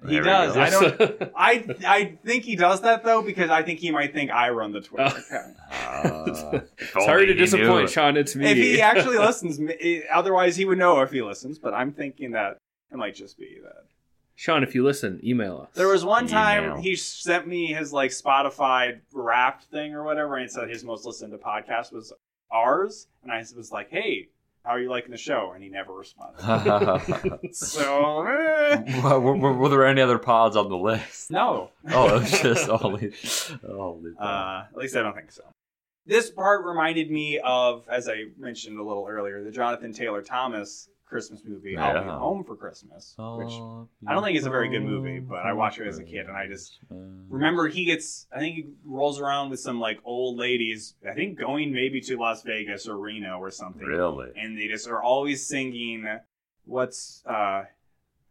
A: He
B: There we
A: does.
B: go.
A: I don't-
C: don't.
A: I I think he does that though because I think he might think I run the Twitter.
C: Oh.
A: account.
B: Uh, if only
C: Sorry to
B: he knew
C: disappoint,
B: it.
C: Sean. It's me.
A: If he actually listens, m- eh, otherwise he would know if he listens. But I'm thinking that it might just be that.
C: Sean, if you listen, email us.
A: There was one time
B: Email.
A: he sent me his like Spotify Wrapped thing or whatever, and it said his most listened to podcast was ours, and I was like, "Hey, how are you liking the show?" And he never responded. so eh,
B: Well, were, were- were there any other pods on the list?
A: no.
B: Oh, it was just only. only
A: Uh, at least I don't think so. This part reminded me of, as I mentioned a little earlier, the Jonathan Taylor Thomas Christmas movie, I'll Be
B: Yeah. Oh.
A: Home for Christmas, which I don't think it's a very good movie, but I watched it as a kid, and I just remember he gets, I think he rolls around with some like old ladies, I think going maybe to Las Vegas or Reno or something.
B: Really?
A: And they just are always singing, what's, uh,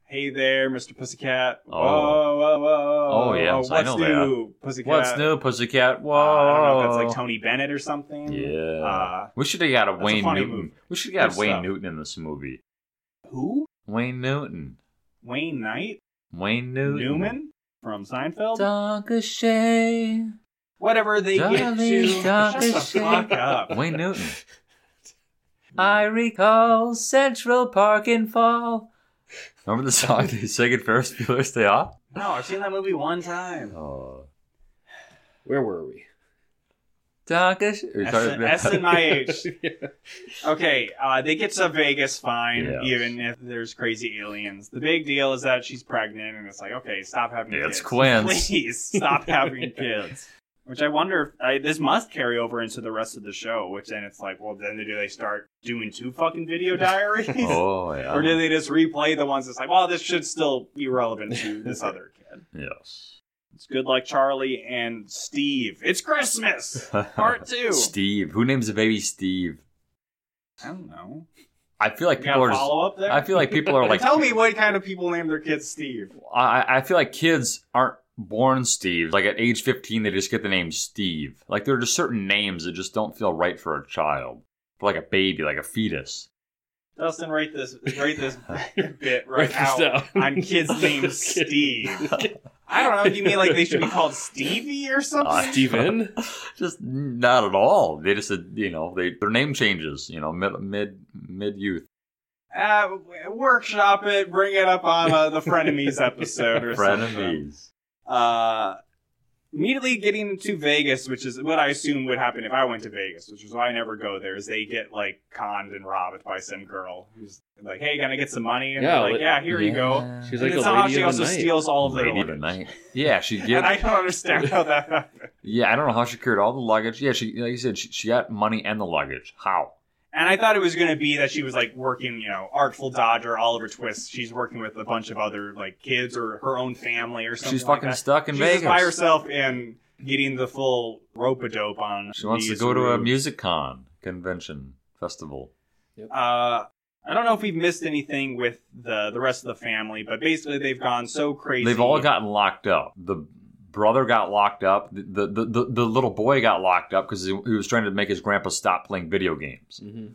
A: Hey there, Mr. Pussycat. Whoa,
B: Oh.
A: whoa, whoa, whoa.
B: Oh, yes, I
A: What's
B: know
A: new, Pussycat?
B: What's new, Pussycat? Whoa!
A: Uh, I don't know if that's like Tony Bennett or something.
B: Yeah.
A: Uh,
B: we should have got a
A: that's a
B: Wayne
A: funny
B: Newton.
A: movie.
B: We should have got
A: Good
B: Wayne
A: stuff.
B: Newton in this movie.
A: who?
B: Wayne Newton.
A: Wayne Knight?
B: Wayne Newton.
A: Newman? From Seinfeld?
B: Dark as shade.
A: Whatever they get
B: Darling,
A: to. Shut
B: darling,
A: the fuck up.
B: Wayne Newton. I recall Central Park in fall. Remember the song they sing at Ferris Bueller's Day Off?
A: No, I've seen that movie one time.
B: Oh.
C: Where were we?
B: Dark as
A: S and S and my H. Okay, uh, they get to Vegas fine,
B: Yes.
A: even if there's crazy aliens. The big deal is that she's pregnant, and it's like, okay, stop having
B: Yeah, it's
A: kids.
B: Quince.
A: Please stop having kids. Which I wonder if I, this must carry over into the rest of the show. Which then it's like, well, then do they start doing two fucking video diaries,
B: Oh, yeah.
A: or do they just replay the ones that's like, well, this should still be relevant to this other kid?
B: Yes.
A: It's good like Charlie and Steve. It's Christmas part two.
B: Steve. Who names the baby Steve?
A: I don't know.
B: I feel like
A: You
B: people
A: got
B: are
A: a
B: just.
A: follow up there.
B: I feel like people are like.
A: tell me what kind of people name their kids Steve.
B: I, I feel like kids aren't born Steve. Like at age 15, they just get the name Steve. Like there are just certain names that just don't feel right for a child, for like a baby, like a fetus.
A: Dustin, write this write this bit
C: Write
A: right
C: this
A: out
C: down.
A: on kids named
C: Just kidding.
A: Steve. I don't know. Do you mean like they should be called Stevie or something?
B: Uh,
C: Steven?
B: Just not at all. They just, you know, they their name changes. You know, mid mid mid youth.
A: Uh, workshop it. Bring it up on uh, the frenemies episode or something.
B: Frenemies.
A: Uh, immediately getting to Vegas, which is what I assume would happen if I went to Vegas, which is why I never go there. Is they get like conned and robbed by some girl who's like, "Hey, gonna get some money?" And
C: Yeah,
A: yeah, like,
C: like-
A: "Yeah, here you go."
C: She's
A: And
C: like
A: then
C: a
A: somehow
C: lady
A: she
C: of
A: also
C: the night.
A: steals all of their
B: Lady of the
A: luggage.
B: night. Yeah, she
A: And I
B: gets.
A: don't understand how that happened.
B: Yeah, I don't know how she carried all the luggage. Yeah, she like you said, she, she got money and the luggage. How?
A: And I thought it was going to be that she was like working, you know, Artful Dodger, Oliver Twist. She's working with a bunch of other like kids or her own family or something.
B: She's
A: like
B: fucking
A: that.
B: stuck in
A: She's
B: Vegas.
A: just by herself and getting the full rope a dope on.
B: She wants to
A: these
B: go to a
A: rubes.
B: music con convention festival.
A: Uh, I don't know if we've missed anything with the the rest of the family, but basically they've gone so crazy.
B: They've all gotten locked up. The brother got locked up. The the the, the little boy got locked up because he, he was trying to make his grandpa stop playing video games.
C: Mhm.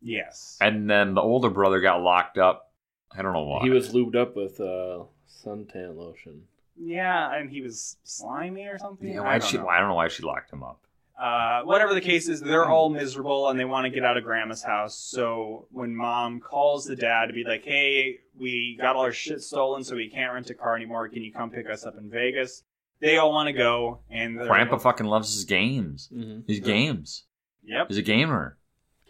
A: yes.
B: And then the older brother got locked up. I don't know why.
C: He was lubed up with uh, suntan lotion.
A: Yeah, and he was slimy or something.
B: Yeah,
A: I
B: why
A: don't
B: she?
A: know.
B: I don't know why she locked him up.
A: uh, whatever the case is, they're all miserable and they want to get out of grandma's house. So when mom calls the dad to be like, hey, we got all our shit stolen, so we can't rent a car anymore. Can you come pick us up in Vegas? They all want to go. And they're-
B: Grandpa fucking loves his games.
C: Mm-hmm.
B: His games.
A: Yep.
B: He's a gamer.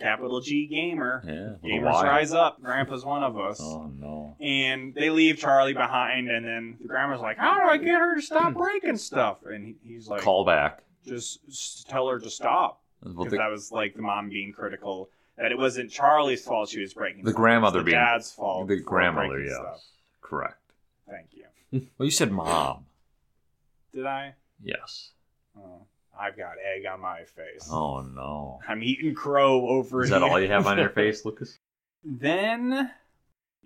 A: Capital G gamer.
B: Yeah. with a
A: Gamers
B: Y.
A: rise up. Grandpa's one of us.
B: Oh no.
A: And they leave Charlie behind, and then the grandma's like, "How do I get her to stop breaking stuff?" And he, he's like,
B: Callback.
A: just s- tell her to stop.
B: Well,
A: Because
B: the,
A: that was like the mom being critical that it wasn't Charlie's fault she was breaking.
B: The
A: stuff. It was
B: grandmother
A: the
B: being-
A: dad's fault.
B: the
A: for
B: grandmother,
A: breaking
B: yes.
A: stuff.
B: Correct.
A: Thank you.
B: Well, you said mom.
A: Did I?
B: Yes.
A: Oh, I've got egg on my face.
B: Oh, no.
A: I'm eating crow over
B: Is
A: here.
B: that all you have on your face, Lucas?
A: Then,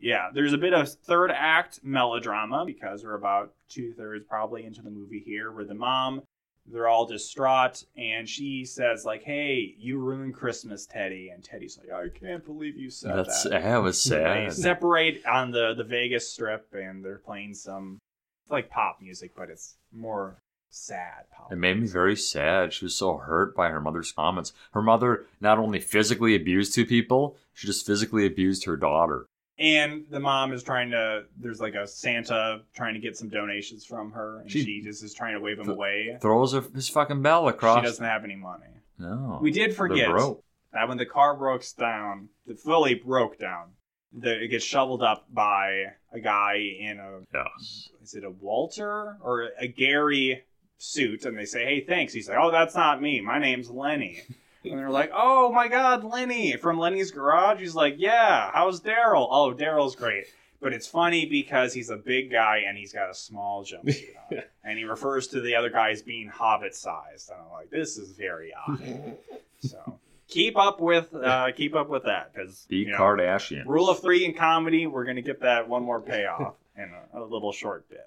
A: yeah, there's a bit of third act melodrama because we're about two thirds probably into the movie here, where the mom, they're all distraught, and she says like, "Hey, you ruined Christmas, Teddy," and Teddy's like, "I can't believe you said
B: That's
A: that."
B: that was
A: They
B: sad.
A: separate on the the Vegas Strip, and they're playing some it's like pop music, but it's more sad pop.
B: It made me very sad. She was so hurt by her mother's comments. Her mother not only physically abused two people, she just physically abused her daughter.
A: And the mom is trying to. There's like a Santa trying to get some donations from her, and
B: She-
A: she, just is trying to wave him
B: Th-
A: away.
B: Throws her, his fucking bell across. Oh,
A: She doesn't have any money.
B: no.
A: We did
B: They're
A: forget
B: broke.
A: that when the car broke down, the fully broke down. The, it gets shoveled up by a guy in a
B: Yes.
A: is it a Walter or a Gary suit, and they say, "Hey, thanks." He's like, "Oh, that's not me. My name's Lenny." And they're like, "Oh my God, Lenny from Lenny's Garage." He's like, "Yeah, how's Daryl?" "Oh, Daryl's great." But it's funny because he's a big guy and he's got a small jumpsuit on, and he refers to the other guy as being hobbit sized. And I'm like, "This is very odd." So keep up with uh, keep up with that because
B: Be Kardashian.
A: Rule of three in comedy. We're gonna get that one more payoff in a, a little short bit.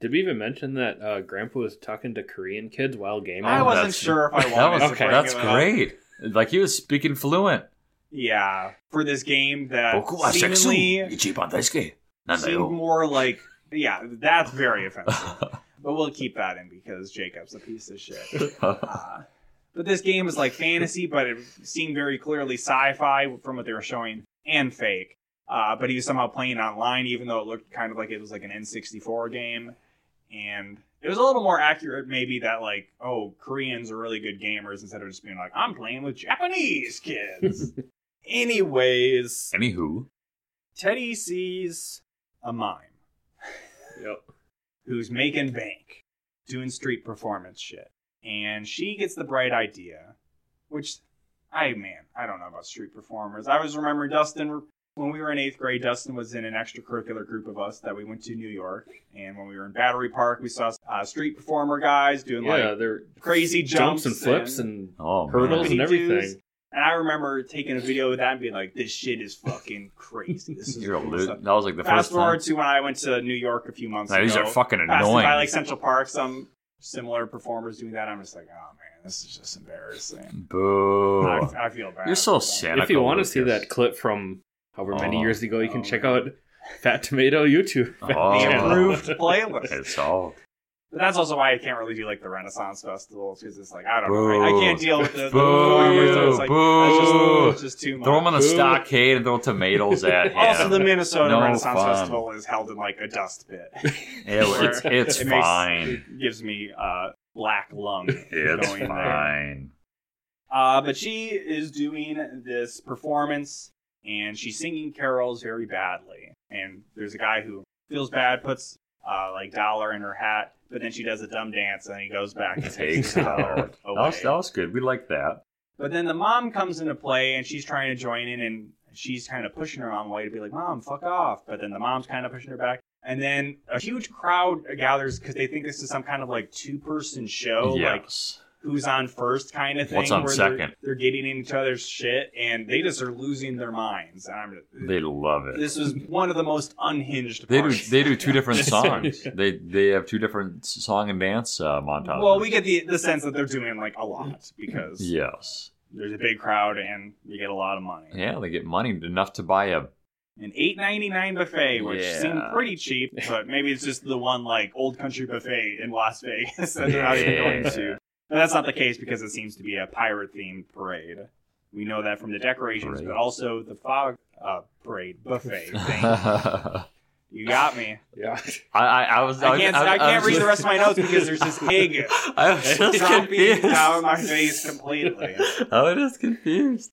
C: Did we even mention that uh, Grandpa was talking to Korean kids while gaming?
A: I wasn't
B: that's-
A: sure if I
B: That
A: wanted
B: was
A: to
C: Okay.
A: bring
B: that's
A: it up.
B: great. Like he was speaking fluent.
A: Yeah, for this game that
B: "Boku wa sexu,
A: seemingly
B: ichiban daisuke, nanda
A: seemed
B: yo."
A: more like yeah, that's very offensive. but we'll keep that in because Jacob's a piece of shit. Uh, but this game was like fantasy, but it seemed very clearly sci-fi from what they were showing and fake. Uh, but he was somehow playing online, even though it looked kind of like it was like an N64 game, and it was a little more accurate, maybe that like oh Koreans are really good gamers instead of just being like I'm playing with Japanese kids. Anyways,
B: Anywho,
A: Teddy sees a mime
C: Yep.
A: who's making bank, doing street performance shit. And she gets the bright idea, which, I man, I don't know about street performers. I was remembering Dustin when we were in eighth grade. Dustin was in an extracurricular group of us that we went to New York, and when we were in Battery Park, we saw uh, street performer guys doing
C: Yeah,
A: like
C: they're
A: crazy jumps,
C: jumps and flips and
B: oh
C: hurdles
B: man.
C: and
A: Company dues.
C: everything.
A: And I remember taking a video of that and being like, "This shit is fucking crazy. This is
B: You're a
A: cool
B: lo-
A: stuff."
B: that was like the
A: Fast
B: first
A: forward
B: time.
A: to when I went to New York a few months
B: Nah,
A: ago.
B: these are fucking
A: passing by
B: annoying.
A: like Central Park, some similar performers doing that. I'm just like, oh man, this is just embarrassing.
B: Boo.
A: I, I feel bad.
B: You're so
A: for them.
B: cynical.
C: if you want to see
B: Lucas.
C: that clip from however many
B: Oh.
C: years ago, you can
A: Oh.
C: check out Fat Tomato YouTube.
B: Oh.
A: The
B: Yeah.
A: improved playlist.
B: It's all
A: But that's also why I can't really do like the Renaissance festivals because it's like I don't know, I, I can't deal with the, the
B: boo,
A: performers. So it's like that's
B: boo.
A: just, it's just too much.
B: Throw him on the
C: Boo.
B: stockade and throw tomatoes at him.
A: also, the Minnesota
B: No
A: Renaissance
B: fun.
A: Festival is held in like a dust pit.
B: Ew, it's it's
A: It makes-
B: fine.
A: it gives me uh, black lung.
B: It's
A: going there.
B: fine.
A: Uh, but she is doing this performance and she's singing carols very badly. And there's a guy who feels bad, puts uh, like dollar in her hat, but then she does a dumb dance and he goes back and
B: Takes
A: takes the
B: it out.
A: dollar.
B: That
A: away.
B: was, that was good. We like that.
A: But then the mom comes into play and she's trying to join in and she's kind of pushing her mom away to be like, Mom, fuck off. But then the mom's kind of pushing her back. And then a huge crowd gathers because they think this is some kind of like two person show. Oh, Like
B: yes.
A: who's on first kind of thing.
B: What's on
A: where
B: second?
A: They're, they're getting in each other's shit, and they just are losing their minds. And I'm,
B: they love it.
A: this was one of the most unhinged.
B: They do.
A: parts.
B: They do two different
C: Yes.
B: songs. They they have two different s- song and dance uh, montages.
A: Well, we get the the sense that they're doing like a lot because
B: yes,
A: there's a big crowd and you get a lot of money.
B: yeah, they get money enough to buy a
A: An eight ninety nine buffet, which
B: Yeah.
A: seemed pretty cheap, but maybe it's just the one like old country buffet in Las Vegas that they're not even going to. But that's not the case because it seems to be a pirate themed parade. We know that from the decorations,
B: Parade.
A: but also the fog uh, parade buffet thing.
B: I,
A: you got me.
C: Yeah.
B: I I was
A: I can't. I, can't
B: was
A: read the
B: just-
A: rest of my notes because there's this egg
B: I was just
A: dropping
B: confused.
A: down my face completely.
B: I was just confused.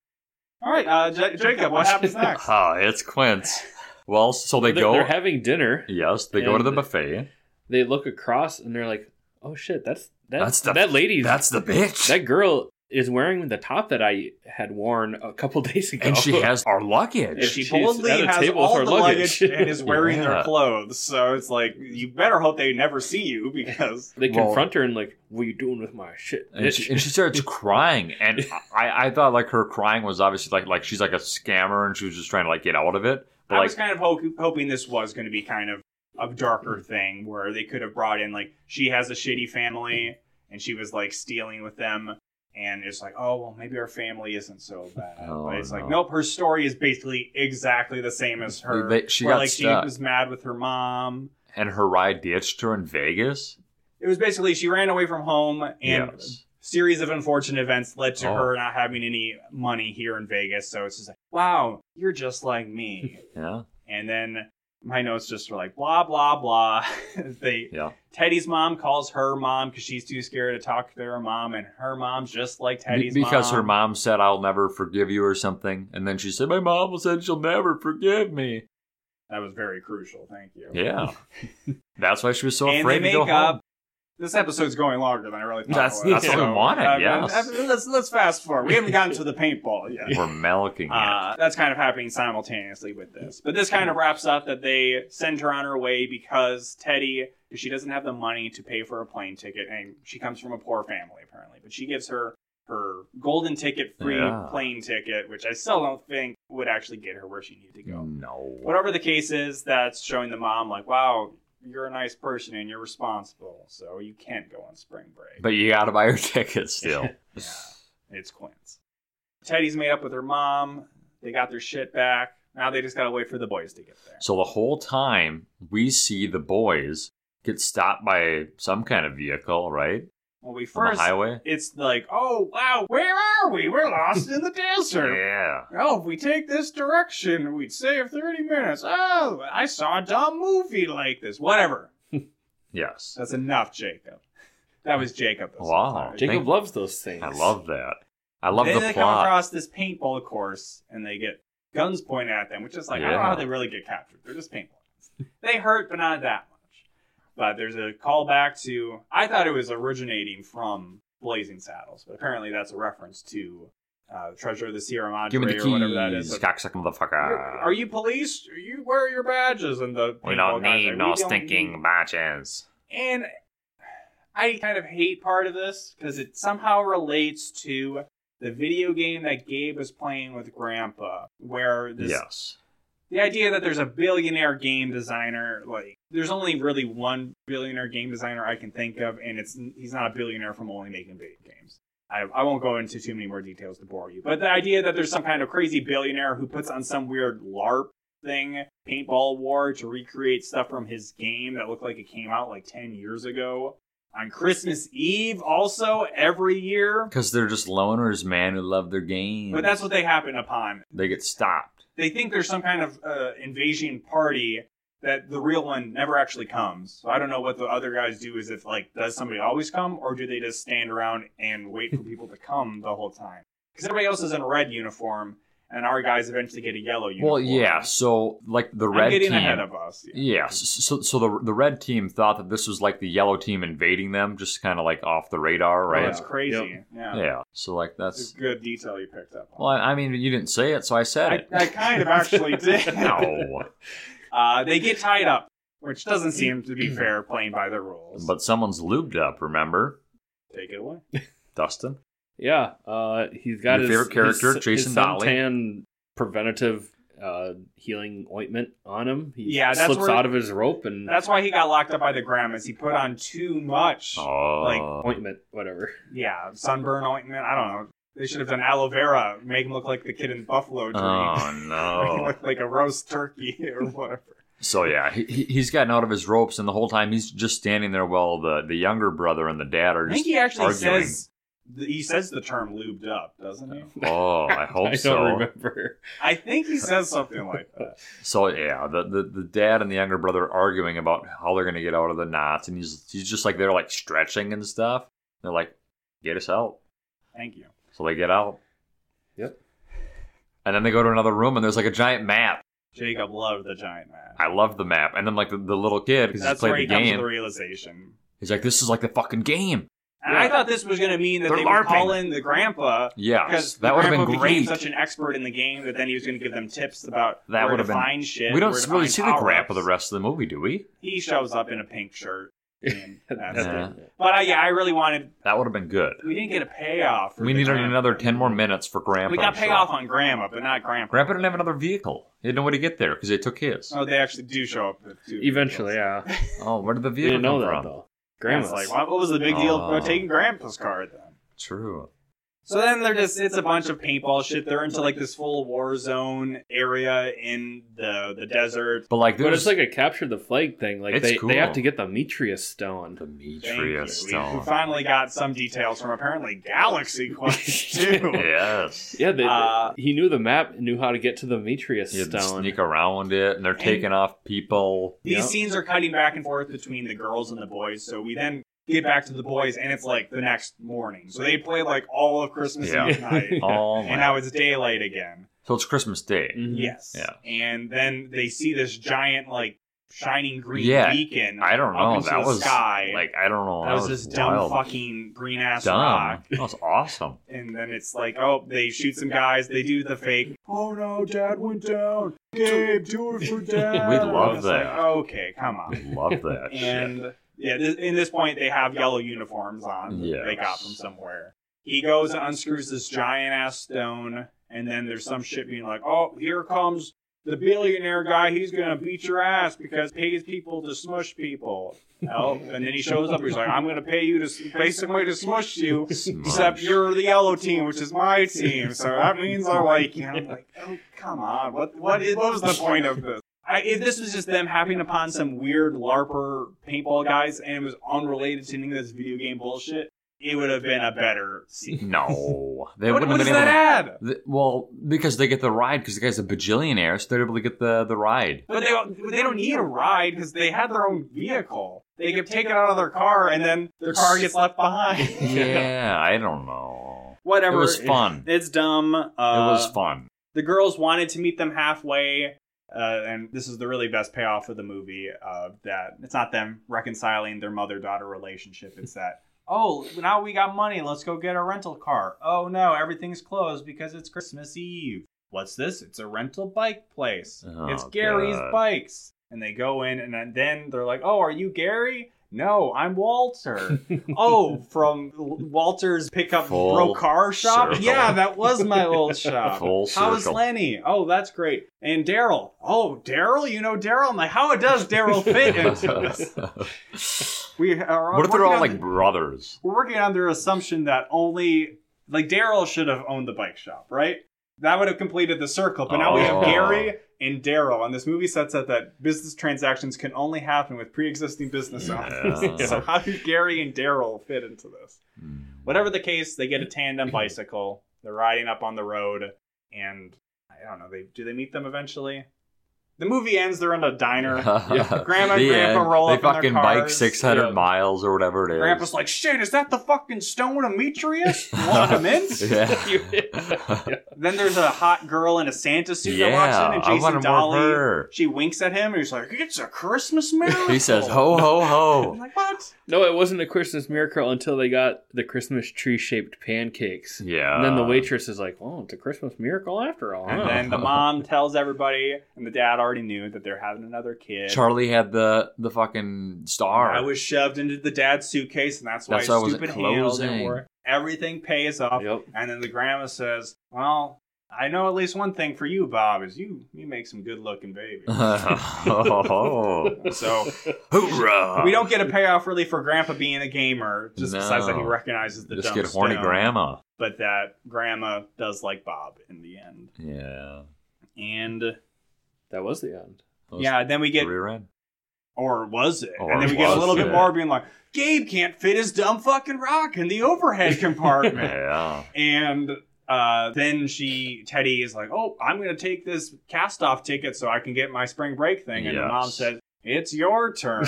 A: All right, uh, J- Jacob, what happens next?
B: Oh, it's Quince. Well, so they
C: They're-
B: go.
C: They're having dinner.
B: yes, they go to
C: And-
B: the buffet.
C: They look across and they're like, "Oh shit, that's That,
B: That's the-
C: that lady's
B: That's the bitch.
C: that girl is wearing the top that I had worn a couple days ago,
B: and she has our luggage.
A: And
C: If
A: she
C: she's
A: boldly
C: at a
A: has
C: table with
A: all
C: her
A: the luggage.
C: luggage.
A: and is wearing their
B: Yeah.
A: clothes. So it's like you better hope they never see you because
C: They
B: Well-
C: confront her and like, "What you doing with my shit?"
B: and she, and she starts crying and I, I thought like her crying was obviously like like she's like a scammer and she was just trying to like get out of it but
A: I
B: like
A: was kind of ho- hoping this was going to be kind of a darker thing where they could have brought in like she has a shitty family and she was like stealing with them and it's like oh well maybe her family isn't so bad
B: Oh,
A: but it's like
B: no.
A: nope her story is basically exactly the same as her
B: They- she
A: where,
B: got
A: like
B: stuck.
A: she was mad with her mom
B: and her ride ditched her in Vegas
A: it was basically she ran away from home and
B: yes
A: series of unfortunate events led to
B: Oh.
A: her not having any money here in Vegas. So it's just like, wow, you're just like me.
B: yeah
A: and then my notes just were like, blah, blah, blah. they,
B: Yeah.
A: Teddy's mom calls her mom because she's too scared to talk to her mom, and her mom's just like
B: Be-
A: Teddy's
B: because
A: mom.
B: her mom said I'll never forgive you or something and then she said my mom said she'll never forgive me
A: That was very crucial. Thank you.
B: yeah that's why she was so
A: and
B: afraid
A: they
B: to
A: make
B: go
A: up.
B: home
A: This episode's going longer than I really thought.
B: That's-
A: it was,
B: that's
C: what
A: so,
C: we
B: wanted,
A: uh,
B: yes.
A: Let's let's fast forward. We haven't gotten to the paintball yet.
B: we're milking it
A: Uh, that's kind of happening simultaneously with this. But this kind of wraps up that they send her on her way because Teddy, she doesn't have the money to pay for a plane ticket, and she comes from a poor family apparently. But she gives her her golden ticket free
B: Yeah.
A: plane ticket, which I still don't think would actually get her where she needed to go.
B: no
A: Whatever the case is, that's showing the mom like, wow, you're a nice person and you're responsible, so you can't go on spring break.
B: but you gotta buy her tickets still
A: It's Quinn's. Teddy's made up with her mom. They got their shit back. Now they just gotta wait for the boys to get there.
B: So the whole time we see the boys get stopped by some kind of vehicle, right?
A: Well, we
B: On the
A: first,
B: highway.
A: it's like, oh wow, where are we? We're lost in the desert.
B: Yeah.
A: Oh, if we take this direction, we'd save thirty minutes. Oh, I saw a dumb movie like this. Whatever.
B: Yes.
A: That's enough, Jacob. That was Jacob. this
B: Wow.
A: whole time.
C: Jacob
B: Thank-
C: loves those things.
B: I love that. I love
A: then
B: the
A: they come
B: plot.
A: across this paintball course and they get guns pointed at them, which is like I don't know
B: Yeah.
A: how they really get captured. They're just paintball. guns. they hurt, but not that much. But there's a callback to I thought it was originating from Blazing Saddles, but apparently that's a reference to uh, Treasure of the Sierra Madre
B: Give me the
A: or whatever that is.
B: keys, cocksucker
A: You're-
B: motherfucker.
A: Are you police? Are you where are your badges? And the
B: we
A: paintball
B: don't
A: guys
B: need
A: like, "We
B: no
A: don't
B: stinking
A: need-"
B: matches.
A: And I kind of hate part of this because it somehow relates to the video game that Gabe was playing with Grandpa, where this
B: Yes.
A: the idea that there's a billionaire game designer, like there's only really one billionaire game designer I can think of, and it's he's not a billionaire from only making video games. I, I won't go into too many more details to bore you, but the idea that there's some kind of crazy billionaire who puts on some weird LARP thing, paintball war, to recreate stuff from his game that looked like it came out like 10 years ago on Christmas Eve, also every year.
B: Because they're just loners, man, who love their game.
A: But that's what they happen upon
B: they get stopped.
A: they think there's some kind of uh, invasion party that the real one never actually comes. So I don't know what the other guys do. Is if like does somebody always come, or do they just stand around and wait for people to come the whole time? Because everybody else is in a red uniform, and our guys eventually get a yellow uniform.
B: Well, yeah. So like the red
A: I'm getting
B: team.
A: ahead of us. Yeah.
B: Yes. So, so the the red team thought that this was like the yellow team invading them, just kind of like off the radar,
A: Oh,
B: right?
A: that's crazy.
C: Yep.
A: Yeah,
B: Yeah. So like
A: that's
B: that's
A: a good detail you picked up.
B: well,
A: On.
B: I I mean, you didn't say it, so I said
A: I,
B: it.
A: I kind of actually did.
B: no,
A: Uh, they get tied up, which doesn't seem to be fair playing by the rules.
B: but someone's lubed up. Remember,
A: take it away.
B: Dustin?
C: Yeah, uh, he's got
B: Your
C: his
B: favorite character,
C: his,
B: Jason
C: his
B: Dolly.
C: suntan preventative uh, healing ointment on him. He
A: Yeah, that's
C: slips
A: where-
C: out of his rope and
A: That's why he got locked up by the grandmas. He put on too much.
B: Oh,
C: ointment, whatever.
A: Yeah, sunburn ointment. I don't know. They should have done aloe vera, make him look like the kid in Buffalo Dream.
B: oh
A: Make him
B: no.
A: look like a roast turkey or whatever.
B: So yeah, he, he- he's gotten out of his ropes, and the whole time he's just standing there while the the younger brother and the dad are
A: I
B: just.
A: think he actually
B: arguing.
A: says he says the term lubed up, doesn't he?
B: Oh, I hope
C: I don't
B: so.
C: remember.
A: I think he says something like that.
B: So yeah, the, the the dad and the younger brother are arguing about how they're gonna get out of the knots, and he's he's just like they're like stretching and stuff. They're like, get us out.
A: Thank you.
B: So they get out.
C: Yep.
B: And then they go to another room, and there's like a giant map.
A: Jacob loved the giant man.
B: I love the map. And then like the, the little kid because he's
A: That's where
B: played
A: he
B: the
A: comes
B: game.
A: to the realization.
B: he's like, this is like the fucking game.
A: And I thought this was going to mean that
B: They're
A: they would call
B: LARPing.
A: in the grandpa
B: Yes,
A: because
B: that
A: the
B: would have
A: grandpa
B: been
A: became
B: great.
A: such an expert in the game that then he was going to give them tips about
B: That
A: where
B: would
A: to
B: have been-
A: find shit.
B: we don't
A: where to
B: really
A: find
B: see the grandpa the
A: power-ups.
B: rest of the movie, do we?
A: He shows up in a pink shirt. And that's
B: Yeah.
A: it. But I, yeah, I really wanted.
B: That would have been good.
A: We didn't get a payoff. For
B: We
A: the
B: needed
A: grandpa.
B: another ten more minutes for grandpa.
A: We got
B: I'm sure.
A: payoff on grandma, but not grandpa.
B: Grandpa didn't have another vehicle. He had no way to get there because they took his.
A: Oh, they actually do show up. with two
C: Eventually,
A: vehicles.
C: yeah.
B: Oh, where did the
C: We
B: vehicle
C: didn't know
B: come
C: that
B: from?
C: though.
A: And it's
C: Grandma's
A: like, what, what was the big deal
B: Oh.
A: about taking grandpa's car then?
B: True.
A: So then they're just it's a bunch of paintball shit. They're into like this full war zone area in the the desert.
B: But like,
C: but it's
B: there's
C: like a capture the flag thing. Like
B: It's
C: they,
B: cool.
C: they have to get the Metreus stone.
A: Thank you.
B: Demetrius
A: We, we
B: Stone.
A: finally got some details from apparently Galaxy Quest 2.
B: yes.
C: Yeah, they,
A: Uh,
C: he knew the map, knew how to get to the Metreus
B: You had to
C: stone.
B: sneak around it, and they're taking off people.
A: These
C: Yeah.
A: scenes are cutting back and forth between the girls and the boys. So we then get back to the boys, and it's like the next morning. So they played like all of Christmas
B: Yeah.
A: Eve night,
B: Oh
A: and Mm-hmm.
B: my!
A: now it's daylight again.
B: So it's Christmas Day.
C: Mhm.
A: Yes.
B: Yeah.
A: And then they see this giant like shining green
B: Yeah.
A: beacon.
B: I don't
A: up
B: know.
A: into
B: That
A: the
B: was
A: sky.
B: like I don't know.
A: that was this dumb
B: wild.
A: fucking green ass
B: dumb.
A: rock.
B: That was awesome.
A: And then it's like, oh, they shoot some guys. They do the fake. Oh no, Dad went down. Gabe, do it for Dad.
B: We love
A: It's like,
B: that.
A: okay, come
B: I
A: on.
B: love that. shit.
A: and yeah, this, in this point they have yellow uniforms on. that
B: Yes.
A: They got from somewhere. He goes and unscrews this giant ass stone, and then there's some shit being like, oh, here comes. The billionaire guy, he's gonna beat your ass because pays people to smush people. Oh, and then he shows up. He's like, "I'm gonna pay you to s-
C: Mm-hmm.
A: basically to smush you,
B: Smudge.
A: Except you're the yellow team, which is my team, so that means I like you. I'm like, oh come on, what what is what was the point of this? I, if this was just them happening upon some weird LARPer paintball guys and it was unrelated to any of this video game bullshit, it would have been a better scene.
B: No, they
A: what
B: wouldn't
A: what does
B: have been able. To,
A: that add?
B: Th- well, because they get the ride because the guy's a bajillionaire, so they're able to get the the ride.
A: But they don't- they don't need a ride because they had their own vehicle. They could take it out of their car and then their car gets left behind.
B: Yeah, I don't know.
A: Whatever.
B: It was fun.
A: It's dumb. Uh, it
B: it was fun.
A: the girls wanted to meet them halfway uh, and this is the really best payoff of the movie uh, that it's not them reconciling their mother-daughter relationship it's that oh now we got money let's go get a rental car oh no everything's closed because it's christmas eve what's this it's a rental bike place
B: Oh,
A: it's gary's
B: God.
A: bikes and they go in and then they're like oh are you gary no i'm walter oh from walter's pickup
B: Full
A: bro car shop
B: circle.
A: yeah that was my old shop
B: Full
A: How's
B: circle.
A: Lenny? Oh, that's great. And Daryl. Oh, Daryl, you know Daryl. I'm like, how does Daryl fit into this? We are
B: what if they're
A: working
B: all
A: on
B: like
A: the-
B: brothers?
A: we're working on their assumption that only like Daryl should have owned the bike shop, right? That would have completed the circle. But now we
B: Oh.
A: have Gary and Daryl, and this movie sets up that business transactions can only happen with pre-existing business owners.
B: Yeah.
A: so how do Gary and Daryl fit into this?
B: Hmm.
A: Whatever the case, they get a tandem bicycle. They're riding up on the road, and I don't know. They do they meet them eventually? The movie ends. They're in a diner. Grandma and
B: The
A: Grandpa
B: end.
A: roll
B: They
A: up in their
B: fucking bike
A: cars.
B: 600
A: Yeah.
B: miles or whatever it is.
A: Grandpa's like, "Shit, is that the fucking stone Demetrius? You Want him in?"
B: yeah.
A: Then there's a hot girl in a Santa suit that walks in,
B: yeah.
A: and
B: I want
A: Jason
B: to more
A: Dolly.
B: her.
A: She winks at him, and he's like, "It's a Christmas miracle."
B: He says, ho, ho,
A: I'm
B: ho.
A: like, "What?"
C: No, it wasn't a Christmas miracle until they got the Christmas tree shaped pancakes.
B: Yeah.
C: And then the waitress is like, "Oh, it's a Christmas miracle after all."
A: And
C: huh?"
A: then the mom tells everybody, and the dad already knew that they're having another kid.
B: Charlie had the the fucking star.
A: I was shoved into the dad's suitcase, and that's why
B: That's why I wasn't
A: stupid handles
B: closing.
A: and work. Everything pays off,
C: Yep.
A: and then the grandma says, "Well, I know at least one thing for you, Bob, is you you make some good looking babies." so
B: Hoorah!
A: we don't get a payoff really for Grandpa being a gamer, just
B: No.
A: besides that he recognizes the
B: just
A: dumb
B: get horny
A: stone,
B: grandma.
A: but that Grandma does like Bob in the end,
B: Yeah.
A: and
C: That was the end.
B: Those
A: yeah, then we get
B: Rear end.
A: Or was it?
B: Or
A: and then we get a
B: was
A: little
B: it?
A: bit more being like, Gabe can't fit his dumb fucking rock in the overhead compartment.
B: Yeah.
A: and uh, then she, Teddy is like, oh, I'm going to take this cast off ticket so I can get my spring break thing. And the mom
B: Yes.
A: says, it's your turn.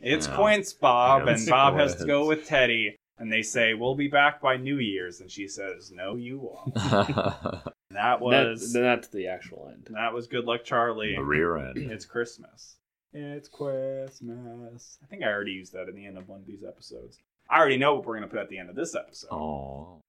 A: it's
B: Yeah.
A: Quince, Bob.
B: Yeah,
A: and Bob
B: it's
A: has to go with Teddy. And they say, we'll be back by New Year's. And she says, no, you won't.
B: the
A: And that was,
C: Was... That,
A: that,
C: that's the actual end.
A: was Good Luck Charlie.
B: rear end.
A: It's Christmas. It's Christmas. I think I already used that in the end of one of these episodes. I already know what we're going to put at the end of this episode.
B: Oh,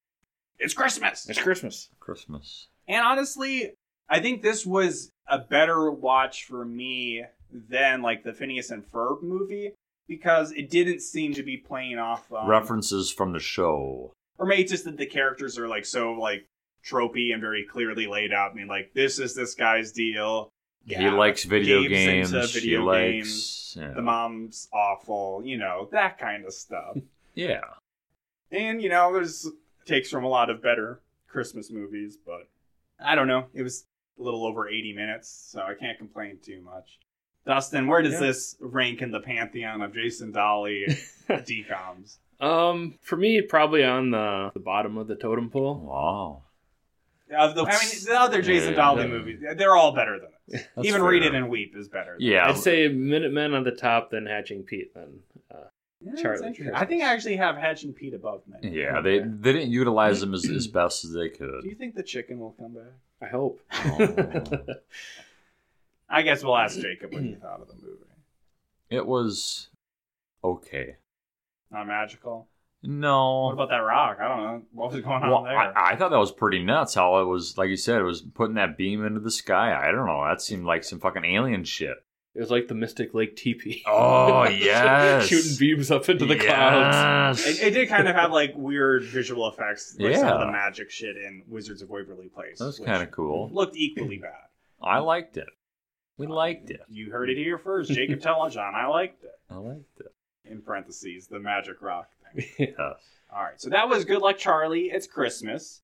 A: It's Christmas.
C: It's Christmas.
B: Christmas.
A: And honestly, I think this was a better watch for me than like the Phineas and Ferb movie because it didn't seem to be playing off um,
B: References from the show.
A: or maybe it's just that the characters are like so like tropey and very clearly laid out. I mean, like this is this guy's deal.
B: he
A: Yeah,
B: likes video
A: Gabe's
B: games.
A: into video
B: he
A: games.
B: likes yeah.
A: the mom's awful, you know, that kind of stuff.
B: yeah.
A: and you know, there's takes from a lot of better Christmas movies, but I don't know. It was a little over 80 minutes, so I can't complain too much. Dustin, where does
C: Yeah.
A: this rank in the pantheon of Jason Dolly decoms?
C: Um, for me, probably on the, the bottom of the totem pole.
B: Oh, Wow.
A: Of the, I mean, the other Jason
B: Yeah,
A: Dolly
B: yeah.
A: movies, they're all better than it.
B: That's
A: Even
B: fair.
A: Read It and Weep is better. Than
B: Yeah.
C: I'd say Minutemen on the top, then Hatching Pete. Then uh,
A: Yeah, that's
C: Charlie
A: interesting.
C: Christmas.
A: I think I actually have Hatch and Pete above me.
B: Yeah, they
C: Okay.
B: they didn't utilize them as, as best as they
A: Do you
B: could.
A: think the chicken will come back?
C: I hope.
B: Oh.
A: I guess we'll ask Jacob what he thought of the movie.
B: It was okay.
A: Not magical.
B: No,
A: What about that rock? I don't know. What was going on
B: well,
A: there?
B: I, I thought that was pretty nuts. How it was, like you said, it was putting that beam into the sky. I don't know. That seemed like some fucking alien shit.
C: It was like the Mystic Lake teepee.
B: Oh, yes.
C: Shooting beams up into the
B: Yes.
C: clouds.
A: it, it did kind of have like weird visual effects, like some of
B: Yeah.
A: the magic shit in Wizards of Waverly Place.
B: That was
A: which
B: kind of cool.
A: looked equally bad.
B: I liked it. We liked it.
A: You heard it here first, Jacob Telejohn. I liked it.
B: I liked it.
A: In parentheses, the magic rock thing.
B: Yes.
A: All right, so that was Good Luck Charlie. It's Christmas.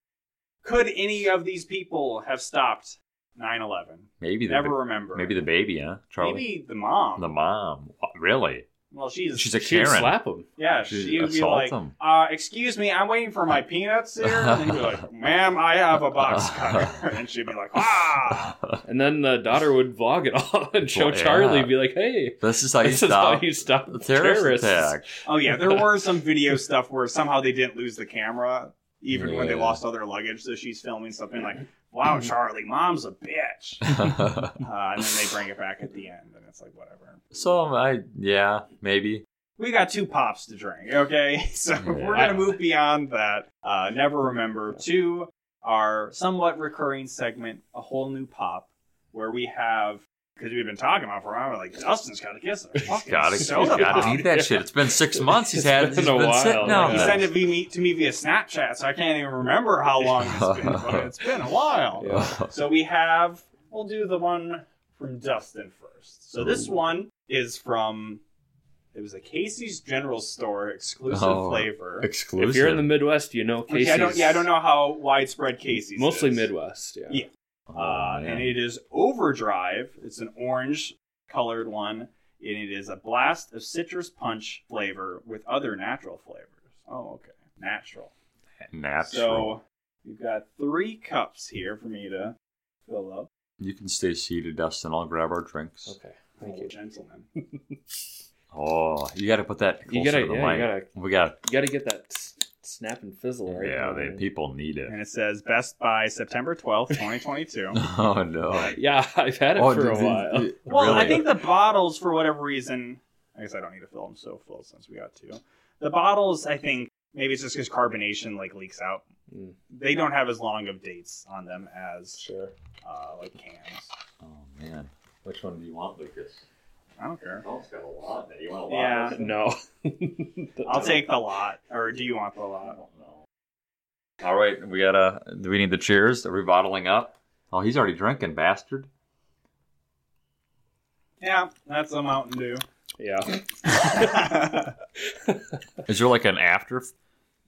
A: Could any of these people have stopped 9/11?
B: Maybe the
A: Never remember.
B: maybe the baby, huh? Charlie,
A: Maybe the mom.
B: the mom. Wow, Really?
A: well, she's
B: She's a
C: She'd
B: Karen.
C: slap him.
A: Yeah,
B: She'd
A: she would be
B: assault
A: like,
B: him.
A: uh, excuse me, I'm waiting for my peanuts here. And he'd be like, ma'am, I have a box cutter. And she'd be like, ah.
C: And then the daughter would vlog it all and show
B: Well, yeah.
C: Charlie, be like, hey,
B: this is how you
C: this is
B: stop
C: how you stop
B: the terrorist,
C: terrorists.
B: attack.
A: Oh, yeah, there were some video stuff where somehow they didn't lose the camera, even when they
B: Yeah.
A: lost all their luggage. So she's filming something like, wow, Charlie, mom's a bitch. Uh, and then they bring it back at the end, and it's like, whatever.
B: so um, I, yeah, maybe.
A: We got two pops to drink, okay? So we're going
C: Yeah.
A: to move beyond that. Uh, never remember to our somewhat recurring segment, A Whole New Pop, where we have, because we've been talking about for a while, like, Dustin's got to kiss her. Fucking
B: Gotta,
A: soda pop.
B: gotta eat that shit. It's been six months. He's
C: It's
B: had.
C: been
B: he's
C: a
B: been
C: while.
B: sitting on
A: He
C: Yeah.
B: this.
A: sent it to me, to me via Snapchat, so I can't even remember how long it's been, but it's been a while.
C: Yeah.
A: So we have, we'll do the one from Dustin first. So this one is from, it was a Casey's General Store exclusive
B: Oh.
A: flavor.
B: Exclusive.
C: If you're in the Midwest, you know Casey's.
A: Which I don't, yeah, I don't know how widespread Casey's
C: Mostly
A: is.
C: Midwest, yeah.
A: Yeah.
B: Oh,
A: Uh,
B: man.
A: and it is Overdrive. It's an orange colored one, and it is a blast of citrus punch flavor with other natural flavors. Oh, okay. Natural.
B: natural.
A: So you've got three cups here for me to fill up.
B: you can stay seated, Dustin. I'll grab our drinks.
C: Okay. Thank
A: oh,
C: you.
A: gentlemen.
B: Oh, you got to put that closer
C: You gotta-
B: to the
C: yeah,
B: mic.
C: you gotta-
B: we got.
C: You got to get that s- snap and fizzle right
B: yeah,
C: now,
B: they,
C: man.
B: people need it.
A: And it says best by September 12th, 2022.
B: Oh no.
C: Yeah, I've had it
B: Oh,
C: for a
B: did-
C: while.
B: did-
A: Well,
B: really?
A: I think the bottles, for whatever reason, I guess I don't need to fill them so full since we got two. The bottles, I think maybe it's just because carbonation like leaks out.
C: Mm.
A: They don't have as long of dates on them as
C: Sure.
A: uh, like cans.
B: Oh man, which one do you want, Lucas?
A: I don't care.
B: Oh, it's got a lot. in it. You want a
A: lot Yeah. of
C: No.
A: I'll take the lot, or do you want the lot?
B: All right, we gotta. Do we need the cheers? Are we bottling up? Oh, he's already drinking, bastard.
A: Yeah, that's a Mountain Dew.
C: Yeah.
A: yeah,
B: Is there like an after?